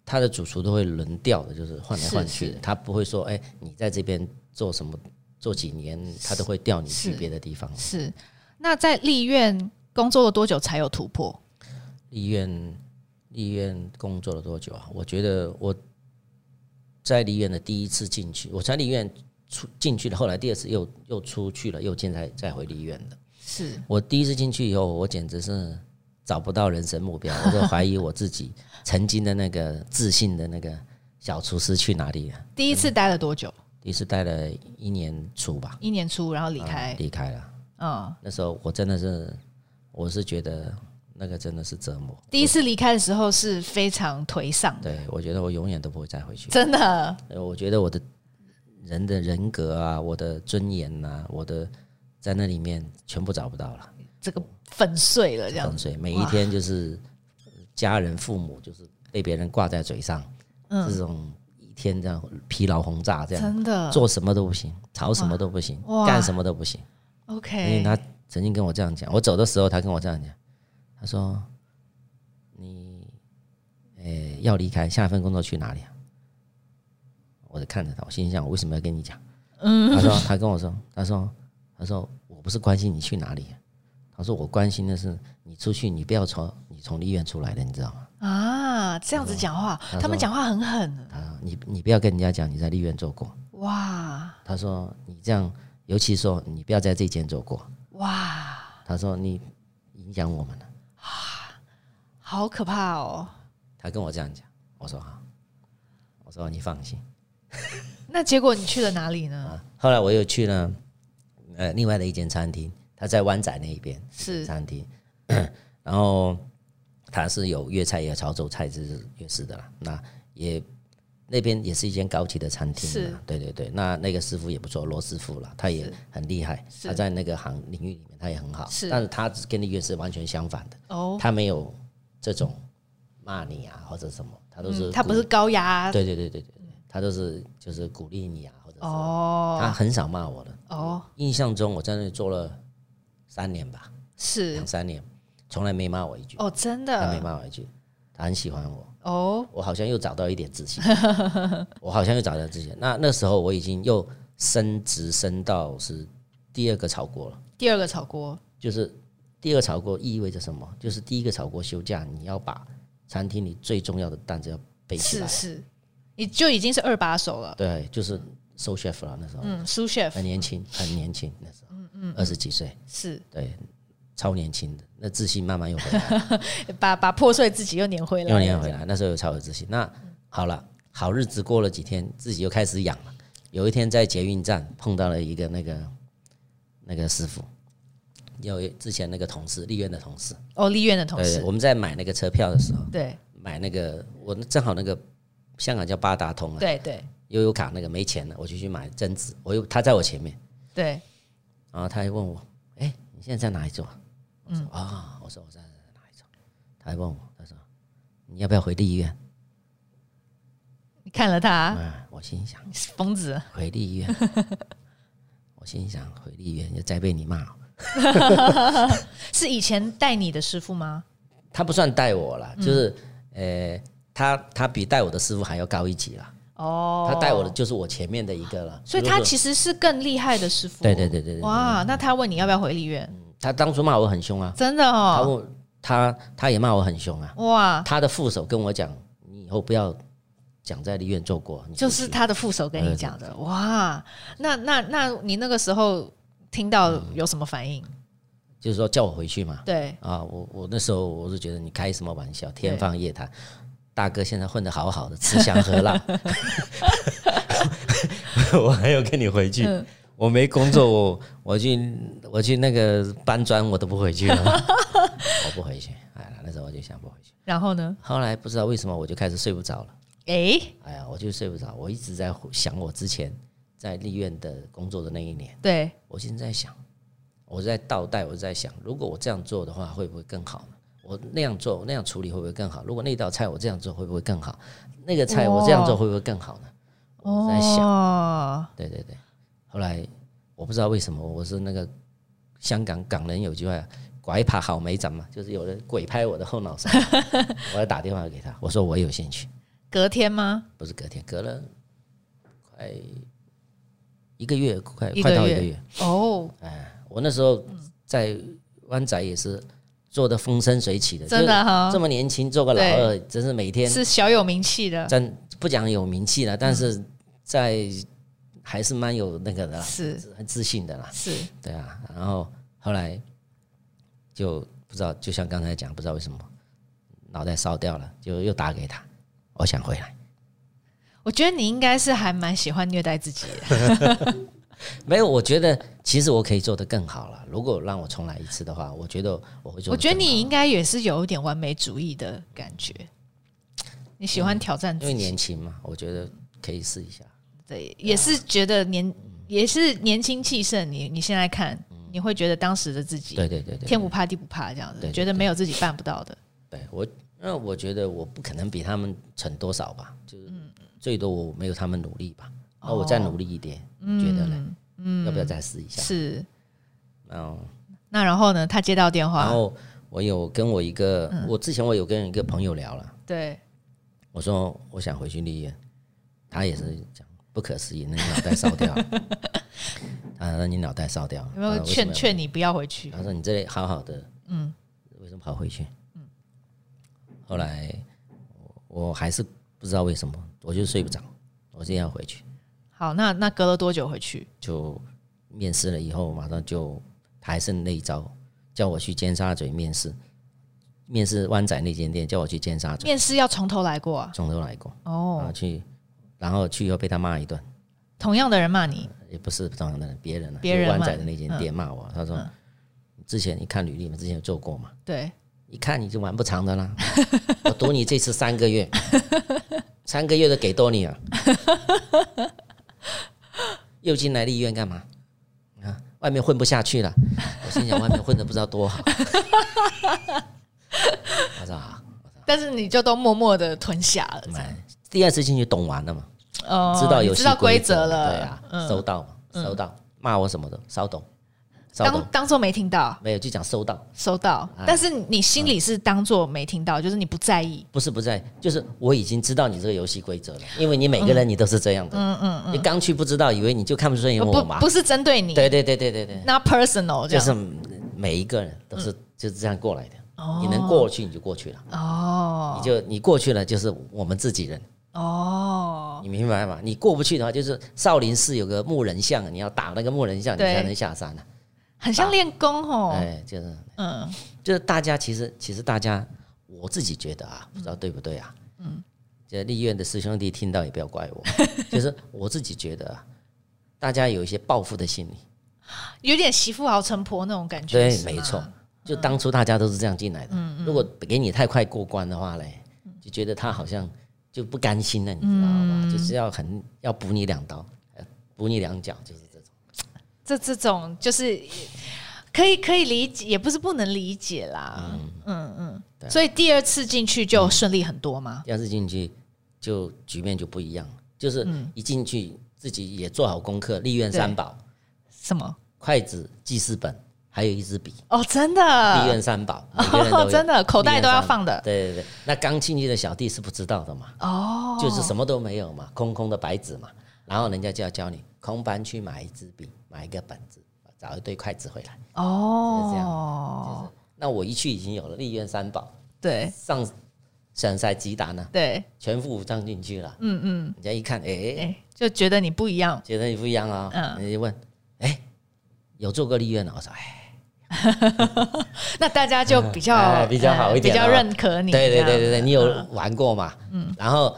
他的主厨都会轮调的，就是换来换去
是
的，他不会说哎、你在这边做什么做几年，他都会调你去
是
别的地方。
是，那在立院工作了多久才有突破？
立院立院工作了多久啊？我觉得我在立院的第一次进去，我在立院出进去了，后来第二次又又出去了，又进来再回立院的。
是
我第一次进去以后，我简直是找不到人生目标，我就怀疑我自己曾经的那个自信的那个小厨师去哪里了。
第一次待了多久？
于是待了一年出吧，
一年初，然后离
啊
开。
离开了。
嗯，
那时候我真的是，我是觉得那个真的是折磨。
第一次离开的时候是非常颓丧的，
对我觉得我永远都不会再回去。
真的。
呃我觉得我的人的人格啊，我的尊严呐、我的在那里面全部找不到了。
这个粉碎了，这样
所水，每一天就是家人、父母，就是被别人挂在嘴上，这种一天这样疲劳轰炸，这
嗯
样
真的
做什么都不行，吵什么都不行，
哇
干什么都不行。因为
OK，
他曾经跟我这样讲，我走的时候他跟我这样讲，他说：“你，呃、要离开，下一份工作去哪里啊？”我就看着他，我心里想：我为什么要跟你讲？嗯，他说他跟我说，他说他说我不是关心你去哪里、啊他说我关心的是你出去，你不要从你从医院出来的，你知道吗？
啊，这样子讲话，
嗯说
他们讲话很狠，
他说你你不要跟人家讲你在医院做过。
哇
他说你这样，尤其说你不要在这间做过。
哇，
他说你影响我们了。
好可怕哦！
他跟我这样讲，我说好，我说你放心。
那结果你去了哪里呢？
后来我又去了呃另外的一间餐厅，他在湾仔那一边
是
餐厅， 然后他是有粤菜也有潮州菜，就是粤式的啦。那也那边也是一间高级的餐厅
是
啦，对对对。那那个师傅也不错，罗师傅啦，他也很厉害，
是
他在那个行领域里面他也很好，
是
但是他跟那粤式完全相反的，
哦，
他没有这种骂你啊或者什么，他都是
嗯他不
鼓
是高压
对对对对对，他都是就是鼓励你啊，或者是、他
哦
很少骂我的。
哦，
印象中我在那里做了三年吧，
是
两三年，从来没骂我一句，
哦，真
他没
的
骂我一句，他很喜欢我，
哦，
我好像又找到一点自信， 我好像又找到自信。那那时候我已经又升职升到是第二个炒锅了，
第二个炒锅
就是第二个炒锅意味着什么？就是第一个炒锅休假，你要把餐厅里最重要的担子要背起
是
来，
是，你就已经是二把手了，
对，就是 so chef 了那时候。
嗯，苏 chef
很年轻，很年轻那时候，二十几岁，
是
对，超年轻的，那自信慢慢又 回来，
把把破碎自己又粘回来，
又年回来，那时候有超有自信。那好了，好日子过了几天，自己又开始痒了。有一天在捷运站碰到了一个那个那个师傅，有之前那个同事，立院的同事，
哦，立院的同
对，
事
我们在买那个车票的时候，
对
买那个我正好那个香港叫八达通啊，
对对
悠游卡那个没钱了，我就去买增值，我又他在我前面。
对，
然后他还问我：“哎、你现在在哪一座？”我
嗯
说：“啊、我说我在哪一座？”他还问我：“他说你要不要回立医院
你看了？”他，
啊，我心想
你是疯子。
回立医院， 我心想回立医院又再被你骂了。
是以前带你的师傅吗？
他不算带我
嗯
了，就是、呃，他他比带我的师傅还要高一级了。
哦，
他带我的，就是我前面的一个了，
所以
就是
他
说
其实是更厉害的师傅。
对对对对对，
哇，那他问你要不要回梨园？
他当初骂我很凶啊，
真的
他
哦，
问他他也骂我很凶啊。
哇，
他的副手跟我讲：“你以后不要讲在医院做过。你出去”
就是他的副手跟你讲的。哇，那那那你那个时候听到
嗯
有什么反应？
就是说叫我回去嘛。
对，
啊，我我那时候我是觉得你开什么玩笑，天方夜谭。大哥现在混得好好的，吃香喝辣， 我还要跟你回去。
嗯
我没工作，我我去我去那个搬砖，我都不回去了，我不回去。哎呀，那时候我就想不回去。
然后呢？
后来不知道为什么，我就开始睡不着了。
诶，
哎呀，我就睡不着，我一直在想我之前在立院的工作的那一年。
对，
我现在在想，我在倒带，我在想，如果我这样做的话，会不会更好呢？我那样做，那样处理会不会更好？如果那道菜我这样做会不会更好？那个菜我这样做会不会更好呢？我在想，
哦，
对对对。后来我不知道为什么，我是那个香港港人有句话，拐爬好没掌嘛，就是有人鬼拍我的 后脑勺，我要打电话给他，我说我有兴趣，
隔天吗？
不是隔天，隔了快一个月，快
一个
快到一
月
个月，
哦，
我那时候在湾仔也是做的风生水起的，
真的
就
哈
是这，么年轻做个老二，真是每天
是小有名气的，
真不讲有名气了，但
嗯
是在还是蛮有那个的啦，
是
很自信的啦，
是
对啊。然后后来就不知道，就像刚才讲，不知道为什么脑袋烧掉了，就又打给他，我想回来。
我觉得你应该是还蛮喜欢虐待自己的。
没有，我觉得其实我可以做得更好了。如果让我重来一次的话，我觉得我会做。
我觉得你应，该也是有一点完美主义的感觉，你喜欢挑战
嗯因
自
为
己，
年轻嘛，我觉得可以试一下。
对，也是觉得
嗯
年也是年轻气盛。你你现在看，你会觉得当时的自己
对对对对，
天不怕地不怕这样
对
子，
对
觉得没有自己办不到的。
对我，那我觉得我不可能比他们蠢多少吧，就是最多我没有他们努力吧。那我
嗯
再
哦嗯
努力一点，你觉得呢？要不要再试一下？
是，
嗯，
那然后呢？他接到电
然
话，
后我有跟我一个，
嗯
我之前我有跟一个朋友聊了，
对，
我说我想回去立业，他也是讲不可思议，那你脑袋烧 掉了，他说你脑袋烧掉了，啊
有没有劝劝你不要回去？
他说你这里好好的，嗯，为什么跑回去？嗯，后来我我还是不知道为什么，我就睡不着，我就要回去，
好，那那隔了多久回去？
就面试了以后，马上就他还是那一招，叫我去尖沙咀面试，面试湾仔那间店，叫我去尖沙咀，
面试要从头来过啊？
从头来过，然后
哦，
去，然后去以后被他骂一顿。
同样的人骂你，
也不是同样的人，别人啊，
别人嗯
就湾
嘛
仔的那间店骂我，他说：“之前你看履历嘛，之前有做过嘛，
对，
一看你就玩不长的啦。 我赌你这次三个月，三个月都给多你了。 又进来立医院干嘛？啊，外面混不下去了。我心想，外面混的不知道多好。 我说啊好，
但是你就都默默的吞下了，这样
买第二次进去懂玩了嘛，
哦，
知道游
你
戏
知道规
则
则了，嗯
对啊，收到嘛，收到，骂我什么的，稍懂，稍懂哎
当。”当做没听到，
没有，就讲收到，
收到，但是你心里是当做没听到，就是你不在意，
不是不在，就是我已经知道你这个游戏规则了，因为你每个人你都是这样的，嗯嗯你刚去不知道，以为你就看不顺眼我
不
嘛，
不是针对你
对对对对对对，
，not personal 这
就
样，嗯
是每一个人都是就是这样过来的，你能过去你就过去了，
哦
你就你过去了就是我们自己人，
哦，
你明白吗？你过不去的话，就是少林寺有个木人像，你要打那个木人像，你
对
才能下山啊，
很像练功哦，
哎，就是
嗯，
就是大家其实其实大家我自己觉得啊，不知道对不对啊，嗯，这立院的师兄弟听到也不要怪 我，就是我自己觉得、啊，大家有一些报复的心理，
有点媳妇熬成婆那种感觉，
对，
是吗
没错，，就当初大家都是这样进来的，
嗯
如果给你太快过关的话嘞，就觉得他好像就不甘心了，你知道吗？
嗯
就是要很要补你两刀，呃补你两脚，就是这种。
这这种就是可以可以理解，也不是不能理解啦，嗯嗯，
对啊
所以第二次进去就顺利很多吗？
第二次进去就局面就不一样了，就是
嗯
一进去自己也做好功课，立院三宝。
什么？
筷子、记事本，还有一支笔，
哦，真
一
的，
院 三宝，每个人都有
真的口袋都要放的
一人三宝对对对，那刚进去的小弟是不知道的嘛，
哦，
就是什么都没有嘛，空空的白纸嘛，然后人家就要教你空班去买一支笔，买一个本子，找一对筷子回来。
哦，
就是这那我一去已经有了立院三宝，
对
上陕塞吉达呢，
对，
全副武装进去了。嗯嗯，人家一看，哎、
哎、就觉得你不一样，
觉得你不一样啊、
嗯
人家问，哎、有做过立院的？我说，哎。
那大家就比较、
哎比较好一点
比
啊
较认可你。
对对对对
这
对，
样
你有玩过嘛？嗯，然后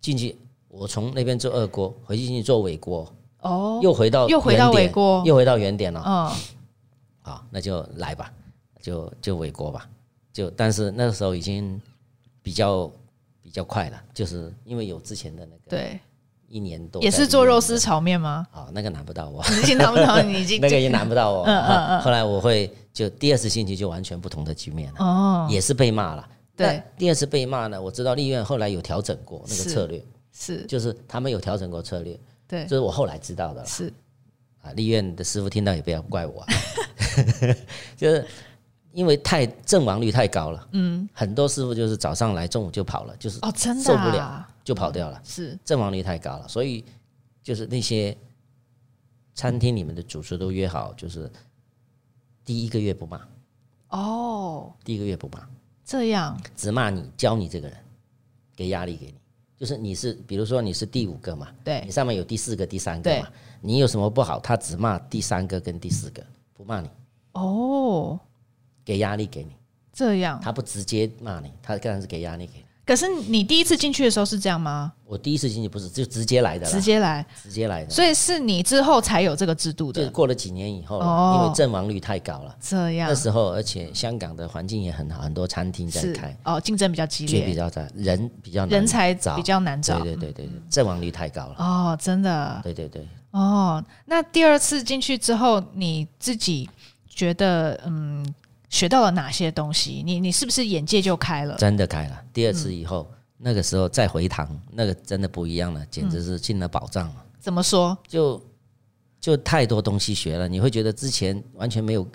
进去，我从那边做二锅，回去进去做尾锅，
哦，
又回到
又回到
原点
尾锅
又回到原点了。
嗯，
好，那就来吧，就就尾锅吧。就但是那时候已经比较比较快了，就是因为有之前的那个
对，
一年多
也是做肉丝炒面吗？
啊，好那个难不到我，
你经常不 常你已经
那个也难不到我。哦
嗯嗯嗯
后来我会就第二次进去就完全不同的局面了。
哦，
也是被骂了。
对
那第二次被骂呢，我知道立院后来有调整过那个
是
策略，
是，
就是他们有调整过策略，
对
这，是我后来知道的了
是
啊。立院的师傅听到也不要 怪我啊、就是因为太阵亡率太高了，嗯，很多师傅就是早上来，中午就跑了，就是
哦，真的、
受
啊、
不了，就跑掉了，
是
阵亡率太高了，所以就是那些餐厅里面的主厨都约好，就是第一个月不骂，
哦，
第一个月不骂，
这样
只骂你，教你这个人，给压力给你。就是你是，比如说你是第五个嘛，
对
你上面有第四个、第三个嘛，你有什么不好，他只骂第三个跟第四个，不骂你，
哦，
给压力给你，
这样。
他不直接骂你，他当然是给压力给你。
可是你第一次进去的时候是这样吗？
我第一次进去不是就直接来的啦，
直接来，
直接来的，
所以是你之后才有这个制度
就是
的。
过了几年以后了，
哦
因为阵亡率太高了。
这样
那时候，而且香港的环境也很好，很多餐厅在
是
开，
哦，竞争比较激
却比
烈，
较大，人比较难
人才
找
比较嗯难找。
对对对对对，阵亡率太高了。
哦，真的
对对对，
哦。那第二次进去之后，你自己觉得嗯，学到了哪些东西？你你是不是眼界就开了？
真的开了。第二次以后，那个时候再回堂，那个真的不一样了，简直是进了宝藏了。
怎么说？
就就太多东西学了，你会觉得之前完全没有，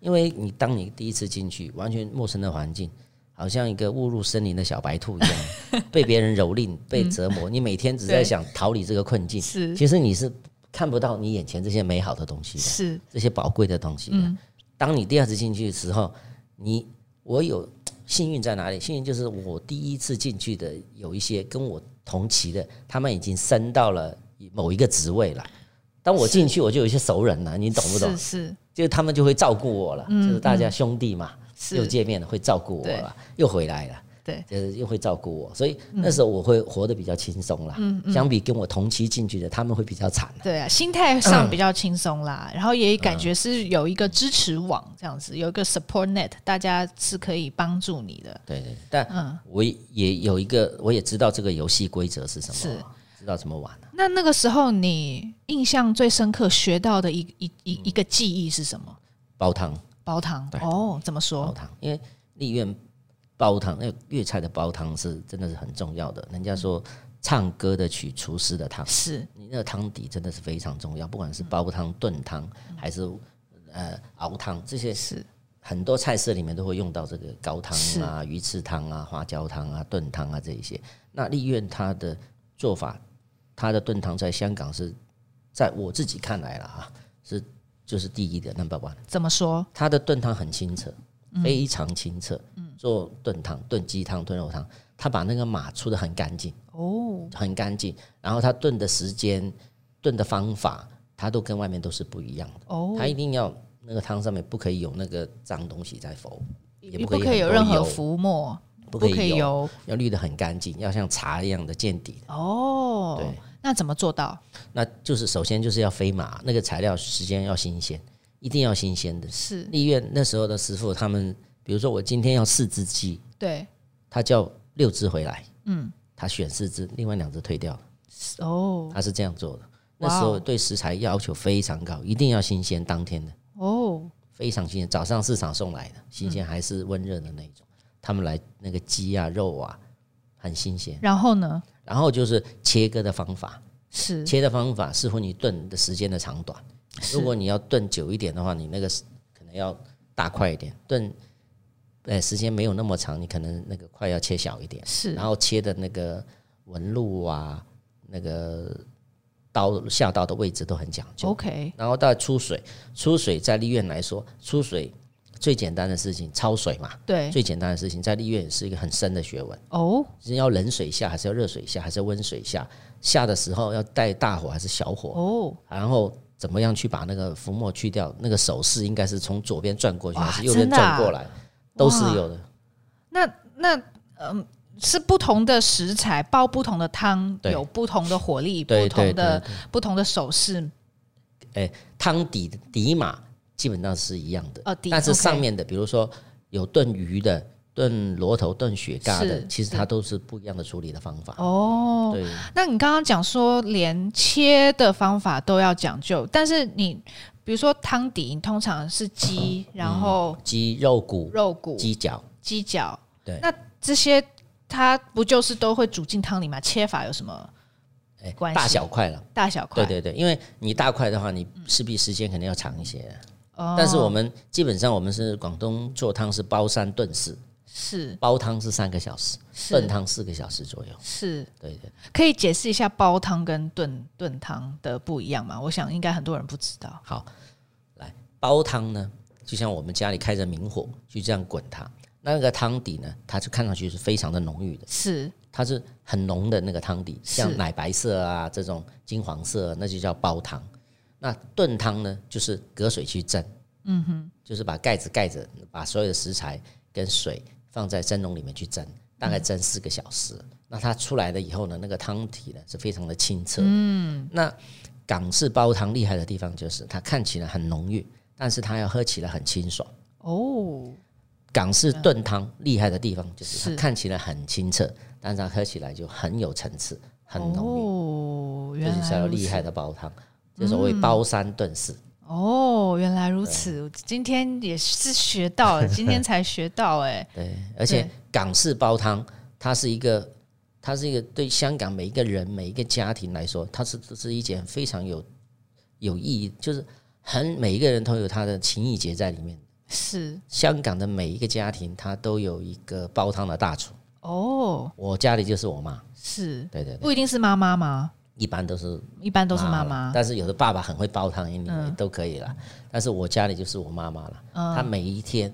因为你当你第一次进去，完全陌生的环境，好像一个误入森林的小白兔一 样，被别人蹂躏、被折磨，你每天只
嗯
在
对
想逃离这个困境，
是
其实你是看不到你眼前这些美好的东西的。
是，
这些宝贵的东西的。
嗯
当你第二次进去的时候，你我有幸运在哪里？幸运就是我第一次进去的有一些跟我同期的，他们已经升到了某一个职位了。当我进去，我就有一些熟人了，你懂不懂？
是是
就是他们就会照顾我了，就是大家兄弟嘛，又
嗯是，
见面了会照顾我了，又回来了。
对，
就是又会照顾我，所以
嗯
那时候我会活得比较轻松啦。相比跟我同期进去的，他们会比较惨啊。
对啊，心态上比较轻松啦，
嗯
然后也感觉是有一个支持网这样子，有一个 support net，大家是可以帮助你的。
对对，但
嗯，
我也有一个，我也知道这个游戏规则是什么，
是
知道怎么玩了、
那那个时候你印象最深刻学到的一一一一个技艺是什么？
煲汤，
煲汤
嗯对
哦，怎么
煲
说？
汤，因为丽苑煲汤，那个粤菜的煲汤是真的是很重要的。人家说唱歌的曲，厨师的汤，
是
你那个汤底真的是非常重要，不管是煲汤、炖汤还是呃熬汤，这些
是
很多菜色里面都会用到这个高汤啊、鱼翅汤啊、花椒汤啊、炖汤啊这一些。那丽苑它的做法，它的炖汤在香港是，在我自己看来了啊，是就是第一的 number one。
怎么说？
它的炖汤很清澈，非常清澈。做炖汤、炖鸡汤、炖肉汤，它把那个码出的很干净，
哦，
很干净。然后它炖的时间、炖的方法，它都跟外面都是不一样的。
哦，
它一定要那个汤上面不可以有那个脏东西在浮，也
你
不
不
可
可
以
以有
很多
任何
油
浮沫，
不可
可
以
以
有，
有
要滤得很干净，要像茶一样的见底。
哦。
对，
那怎么做到？
那就是首先就是要飞马，那个材料时间要新鲜，一定要新鲜的。
是
丽苑那时候的师傅他们，比如说我今天要四只鸡，
对
他叫六只回来，嗯，他选四只，另外两只退掉，
是哦
他是这样做的。那
哇哦
时候对食材要求非常高，一定要新鲜当天的。
哦，
非常新鲜，早上市场送来的，新鲜还是温热的那一种。他们来那个鸡啊、肉啊，很新鲜。
然后呢？
然后就是切割的方法，
是
切的方法视乎你炖的时间的长短。
是
如果你要炖久一点的话，你那个是可能要大块一点；炖，呃，时间没有那么长，你可能那个块要切小一点。
是
然后切的那个纹路啊，那个刀下刀的位置都很讲究。
OK，
然后到出水，出水在立院来说，出水最简单的事情，焯水嘛，
对
最简单的事情在立院也是一个很深的学问，
哦，
是要冷水下，还是要热水下，还是要温水下？下的时候要带大火还是小火？
哦，
然后怎么样去把那个浮沫去掉？那个手势应该是从左边转过去，
哇
还是右边
真的啊
转过来？都是有的。
那那嗯，是不同的食材煲不同的汤，
对
有不同的火力，不
对
同
对
的不同的手势，
汤底的底码基本上是一样的，
哦底
但是
OK
上面的，比如说有炖鱼的、炖螺头、炖雪蛤的
是，
其实
是
它都是不一样的处理的方法。
哦。
对，
那你刚刚讲说连切的方法都要讲究，但是你比如说汤底，你通常是鸡，然后
鸡肉骨、
肉骨、
嗯鸡脚，
鸡脚，
对
那这些它不就是都会煮进汤里吗？切法有什么
哎
关，系
大小块了。
大小块？
对对对，因为你大块的话，你势必时间肯定要长一些。
哦
但是我们基本上我们是广东做汤是煲三炖四，
是
煲汤是三个小时，炖
是
汤四个小时左右。
是
对对，
可以解释一下煲汤跟炖炖汤的不一样吗？我想应该很多人不知道。
好，来煲汤呢，就像我们家里开着明火就这样滚它，那个汤底呢，它就看上去是非常的浓郁的，
是
它是很浓的那个汤底，
是
像奶白色啊这种金黄色，那就叫煲汤。那炖汤呢，就是隔水去蒸，嗯哼，就是把盖子盖着，把所有的食材跟水放在蒸笼里面去蒸，大概蒸四个小时。那它出来了以后呢，那个汤体呢是非常的清澈。嗯，那港式煲汤厉害的地方就是它看起来很浓郁，但是它要喝起来很清爽。
哦，
港式炖汤厉害的地方就是
是
它看起来很清澈，但是它喝起来就很有层次，很浓郁。
哦，
这
原
就
来
叫做
如
厉
此
害的煲汤，就所谓煲三炖四。
哦，原来如此，我今天也是学到 了，今天才学到哎、
对，而且
对
港式煲汤，它是一个，它是一个对香港每一个人、每一个家庭来说，它是这是一件非常有有意义，就是很每一个人都有他的情意结在里面。
是
香港的每一个家庭，他都有一个煲汤的大厨。
哦，
我家里就是我妈，
是
对对对，
不一定是妈妈吗？
一般都是
一般都是妈
了
妈，
但是有的爸爸很会煲汤，你
嗯
都可以了。但是我家里就是我妈妈了，她每一天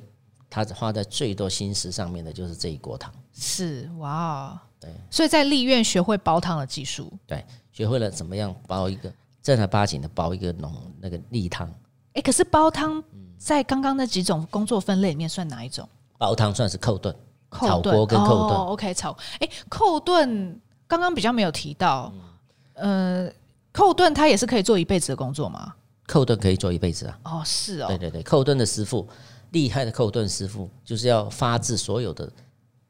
她花在最多心思上面的就是这一锅汤。
是哇，
对，
所以在立院学会煲汤的技术。
对，学会了怎么样煲一个正儿八经的煲一个浓那个例汤，
哎，可是煲汤
嗯
在刚刚那几种工作分类里面算哪一种？
煲汤算是扣炖，
扣炖
炒锅跟扣
哦
炖、
，OK，炒哎，扣炖刚刚比较没有提到，
嗯
呃，扣炖它也是可以做一辈子的工作吗？
扣炖可以做一辈子啊。
哦，是
对
哦，
对对，扣炖的师傅厉害的扣炖师傅就是要发自所有的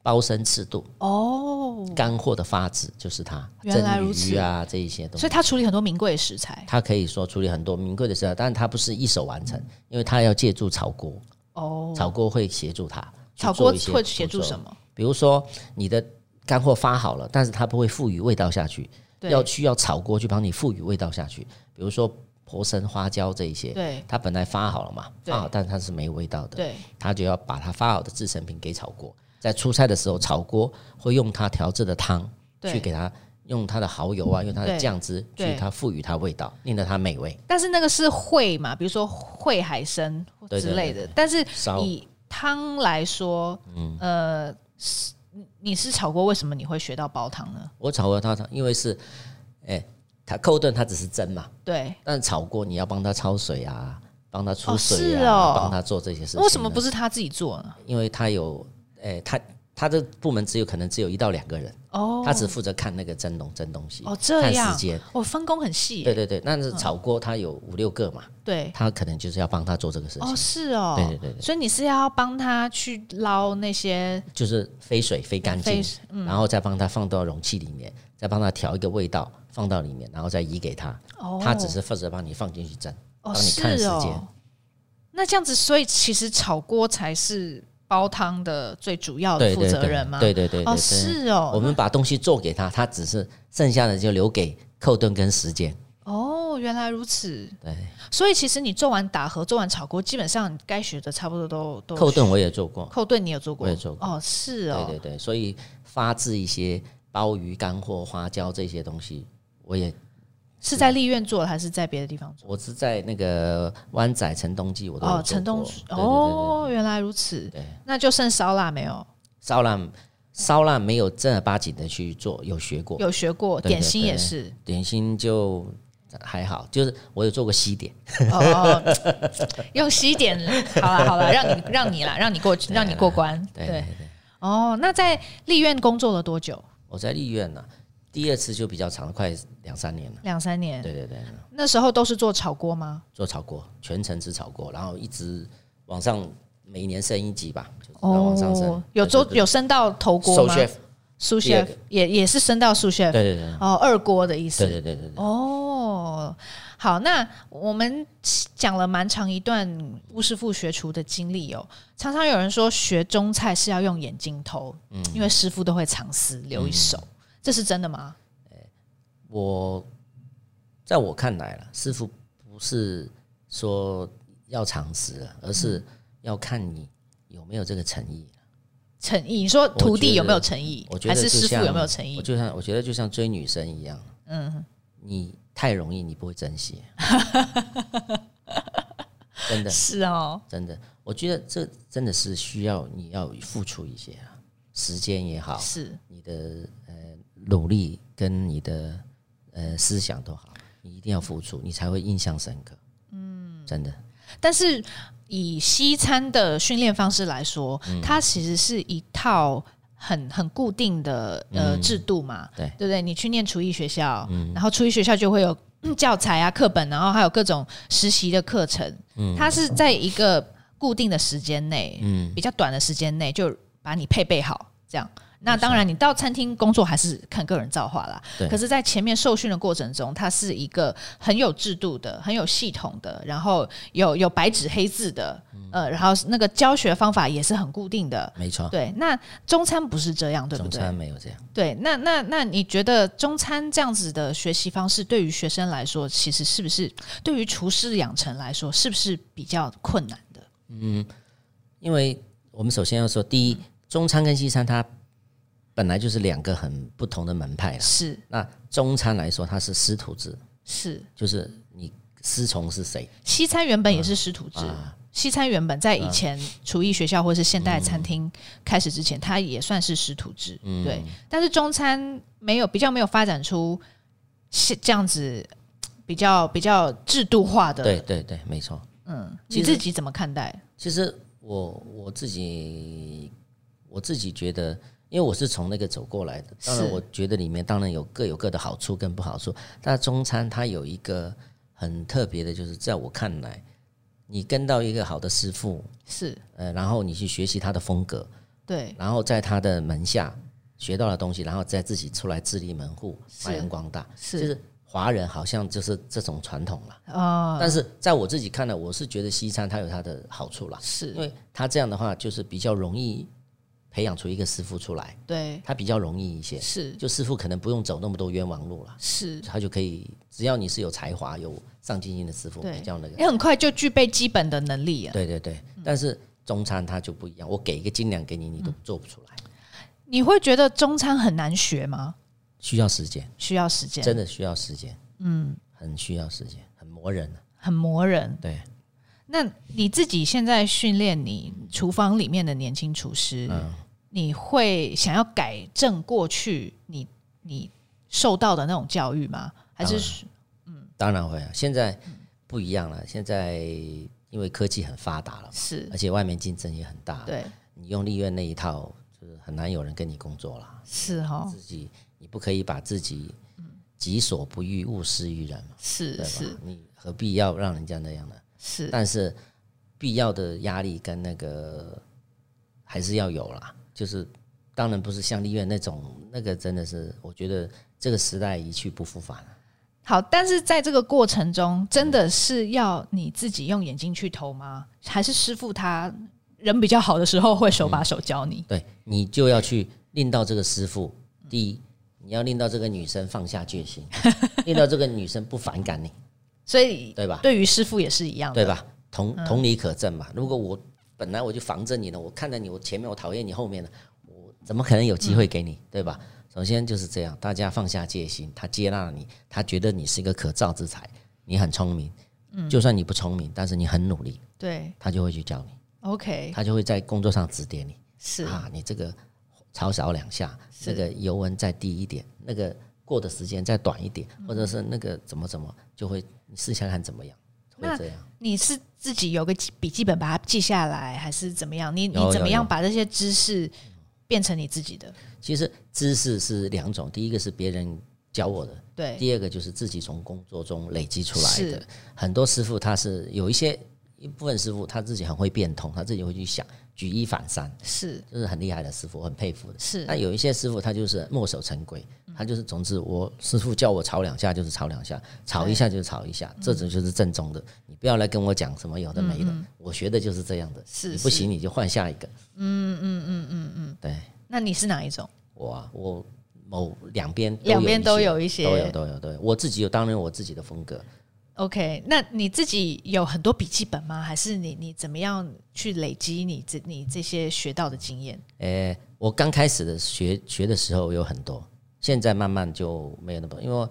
包身制度，
哦，
干货的发质就是它，
原来
蒸
如此
鱼啊这一些东西
所以。它处理很多名贵的食材。
他可以说处理很多名贵的食材，但是他不是一手完成，因为他要借助炒锅，
哦，
炒锅会协助他。
炒锅会协
协
助什
么？
么？
比如说你的干货发好了，但是它不会赋予味道下去，
对
要需要炒锅去帮你赋予味道下去。比如说婆参、花椒这一些，
对
它本来发好了嘛，
对
发好，但是它是没味道的，
对，
它就要把它发好的制成品给炒锅。在出菜的时候，炒锅会用它调制的汤
对
去给它。用它的蚝油啊，用它的
对
酱汁
对
去它赋予它味道，令得它美味。
但是那个是烩嘛，比如说烩海参或
对
之
对
类的。
对
但是
烧嗯
以汤来说，呃，是你是炒锅，为什么你会学到煲汤呢？
我炒过它，它因为是，哎、它扣炖它只是蒸嘛，
对，
但是炒锅你要帮它焯水啊，帮它出
哦
水
是
啊，
哦
帮它做这些事情啊。
为什么不是他自己做呢？
因为它有，哎、它它的部门只有可能只有一到两个人，
哦，
他只负责看那个蒸笼蒸东西，
哦这
看
样
时间。
哦分工很细
对
耶，
对对，但是炒锅它有五六个嘛，
对，
他可能就是要帮他做这个事情，
嗯哦是哦，
对对对对
所以你是要帮他去捞那些
就是飞水飞干净
飞，嗯
然后再帮他放到容器里面，再帮他调一个味道放到里面，然后再移给他，
哦，
他只是负责帮你放进去蒸。
哦
帮你看
是
时
哦
间，
那这样子，所以其实炒锅才是煲汤的最主要的
对
负
对
责
对
人吗？
对对对对
哦，
对
是哦，
我们把东西做给他，他只是剩下的就留给寇顿跟时间。
哦，原来如此。
对，
所以其实你做完打荷，做完炒锅，基本上该学的差不多都都哦
寇顿我也做过，
扣顿你有做过？
我也做过
哦，是
对
哦，
对对，所以发制一些鲍鱼、干货、花椒这些东西，我也
是在立院做的还是在别的地方做？
我是在那个湾仔城东记我都有
哦，
做
城东
过对对对
哦，原来如此。
对
那就剩烧腊没有？
烧腊烧腊没有正儿八经的去做，有学过
有学过，
对对
点心
对
也是。
点心就还好，就是我有做过西点，
哦哦，用西点，好了好了，让你让你啦，让你过让你过关。
对
对，哦，那在立院工作了多久？
我在立院呢、第二次就比较长了，快两三年了。
两三年。
对对对，
那时候都是做炒锅吗？
做炒锅，全程只炒锅，然后一直往上，每年升一级吧，就是
哦
往上升，。
有做
对
有升到头
对对
锅吗？
chef，
苏
第二
chef
个
也也是升到苏 chef
对对对
哦，二锅的意思。
对对对对对，
哦，好，那我们讲了蛮长一段巫师傅学厨的经历哦。常常有人说学中菜是要用眼睛偷，
嗯
因为师傅都会藏私留一手，这是真的吗？
我在我看来了，师傅不是说要常识了，而
嗯
是要看你有没有这个诚意。
诚意，你说徒
我觉
弟
得
有没有诚意
我，觉
还
得
是
就
师傅
像
有没有诚意
啊我？就像我觉得就像追女生一样，
哎嗯，
你太容易，你不会 珍惜。真的，
是哦，
真的，我觉得这真的是需要你要付出一些啊，时间也好，
是
你的呃努力跟你的呃思想都好，你一定要付出，你才会印象深刻。嗯，真的，
但是以西餐的训练方式来说，
嗯
它其实是一套很很固定的呃制度嘛，
嗯对嗯
对不对？你去念厨艺学校，然后厨艺学校就会有嗯教材啊、课本，然后还有各种实习的课程，
嗯
它是在一个固定的时间内，比较短的时间内就把你配备好，这样。那当然，你到餐厅工作还是看个人造化啦。
对
可是，在前面受训的过程中，它是一个很有制度的、很有系统的，然后有有白纸黑字的，
嗯
呃，然后那个教学方法也是很固定的。
没错，
对，那中餐不是这样，对不
中
对？
餐没有这样。
对，那那那你觉得中餐这样子的学习方式，对于学生来说，其实是不是对于厨师养成来说，是不是比较困难的？
因为我们首先要说，第一，中餐跟西餐它本来就是两个很不同的门派了。
是
那中餐来说，它是师徒制，
是，
就是你师从是谁，
西餐原本也
嗯
是师徒制。
啊
西餐原本在以前厨艺学校或是现代餐厅开始之前，它也算是师徒制，
嗯
对。但是中餐没有比较没有发展出是这样子比较比较制度化的，
对对对，没错。
嗯，
其
你
实
自己怎么看待？
其实我我自己我自己觉得，因为我是从那个走过来的，当然
是
我觉得里面当然有各有各的好处跟不好处。但中餐它有一个很特别的，就是在我看来，你跟到一个好的师傅，
是
呃，然后你去学习他的风格，
对，
然后在他的门下学到了东西，然后再自己出来自立门户，
是
发扬光大。就是是华人好像就是这种传统了。
啊，
但是在我自己看来，我是觉得西餐它有它的好处啦，因
是
为它这样的话就是比较容易培养出一个师傅出来，
对，
它比较容易一些。
是
就师傅可能不用走那么多冤枉路了，
是，
他就可以，只要你是有才华、有上进心的师傅，
对
比较那个。
你很快就具备基本的能力啊。
对对对，但是中餐它就不一样，我给一个斤两给你，你
嗯
都做不出来，
你会觉得中餐很难学吗？
需要时间。
需要时间，
真的需要时间，嗯，很需要时间，很磨人、啊。
很磨人。
对，
那你自己现在训练你厨房里面的年轻厨师，
嗯
你会想要改正过去你你受到的那种教育吗？还是
当然会啊。现在
嗯
不一样了，现在因为科技很发达了，
是
而且外面竞争也很大，
对
你用立院那一套，就是很难有人跟你工作了。
是哦哈
自己你不可以把自己己所不欲，勿施于人嘛，对
是
吧？
是
你何必要让人家那样呢？
是
但是必要的压力跟那个还是要有啦。就是当然不是像立院那种，那个真的是我觉得这个时代一去不复返了。
好，但是在这个过程中，真的是要你自己用眼睛去投吗？还是师傅他人比较好的时候会手
嗯
把手教你？
对你就要去令到这个师傅，第一你要令到这个女生放下戒心，令到这个女生不反感你，
所以
对吧？
对于师傅也是一样的，嗯
对吧？同同理可证嘛。如果我本来我就防着你了，我看着你，我前面我讨厌你，后面呢，我怎么可能有机会给你，
嗯
对吧？首先就是这样，大家放下戒心，他接纳你，他觉得你是一个可造之才，你很聪明，
嗯
就算你不聪明，但是你很努力，
对
他就会去教你，
，OK，
他就会在工作上指点你
是
啊，你这个炒少两下，这个油温再低一点，那个过的时间再短一点，或者是那个怎么怎么，就会你试想看怎么样，会
那
这样。
你是自己有个记笔记本把它记下来，还是怎么样？你你
有
怎么
有
样
有
把这些知识变成你自己的？
其实知识是两种，第一个是别人教我的，
对，
第二个就是自己从工作中累积出来的
是。
很多师傅他是有一些一部分师傅他自己很会变通，他自己会去想，举一反三，
是
这是很厉害的师傅，我很佩服的。那
是
有一些师傅他就是墨守成规，他就是总之我师傅叫我炒两下就是炒两下，炒一下就是炒一下，这种就是正宗的。你不要来跟我讲什么有的没的，我学的嗯就是这样的，
是
你不
是
行你就换下一个。嗯嗯嗯嗯嗯嗯，对。
那你是哪一种？
我啊，我某两边有
两边都
一
有一
些都有
些。
都有都有，我自己有当然我自己的风格，
OK，那你自己有很多笔记本吗？还是你你怎么样去累积你这你这些学到的经验？
诶、我刚开始的学学的时候有很多，现在慢慢就没有那么多，因为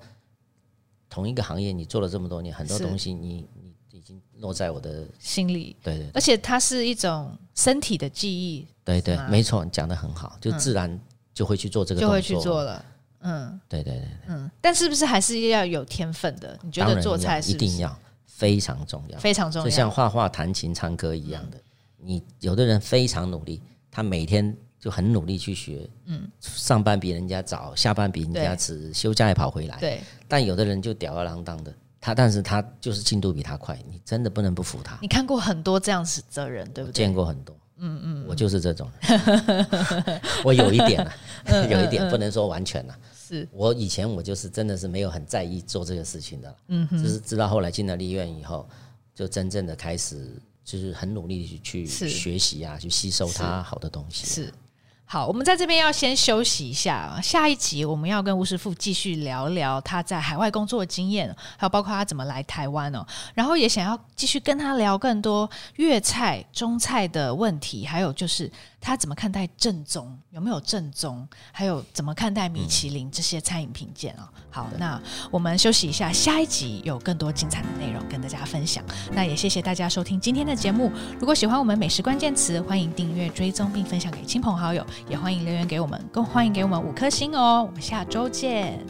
同一个行业你做了这么多年，很多
是
东西你你已经落在我的
心理，
对对
而且它是一种身体的记忆，
对对
是，吗嗯
没错，你讲的很好，就自然就会去做这个
就
动作，
会去做了。嗯
对对对，
嗯，但是不是还是要有天分的？你觉
当
得
然
做
一样
菜是
一
不是
定要非常重要，
非常重
就
要。
像画画、弹琴、唱歌一样的。
嗯
你有的人非常努力，他每天就很努力去学，嗯，上班比人家早，下班比人家
对
迟，休假也跑回来。
对，
但有的人就吊儿郎当的，他但是他就是进度比他快，你真的不能不服他。
你看过很多这样子的人，对不对？
见过很多，嗯嗯，我就是这种人， 我有一点 啊，有一点不能说完全啊。
嗯是
我以前我就是真的是没有很在意做这个事情的，嗯，就是直到后来进了立院以后，就真正的开始就是很努力去
是
学习啊，去吸收它好的东西。
是。好，我们在这边要先休息一下啊，下一集我们要跟吴师傅继续聊聊他在海外工作的经验，还有包括他怎么来台湾哦。然后也想要继续跟他聊更多粤菜、中菜的问题，还有就是他怎么看待正宗，有没有正宗，还有怎么看待米其林这些餐饮评鉴哦。好，那我们休息一下，下一集有更多精彩的内容跟大家分享。那也谢谢大家收听今天的节目。如果喜欢我们美食关键词，欢迎订阅、追踪并分享给亲朋好友，也欢迎留言给我们，更欢迎给我们五颗星哦。我们下周见。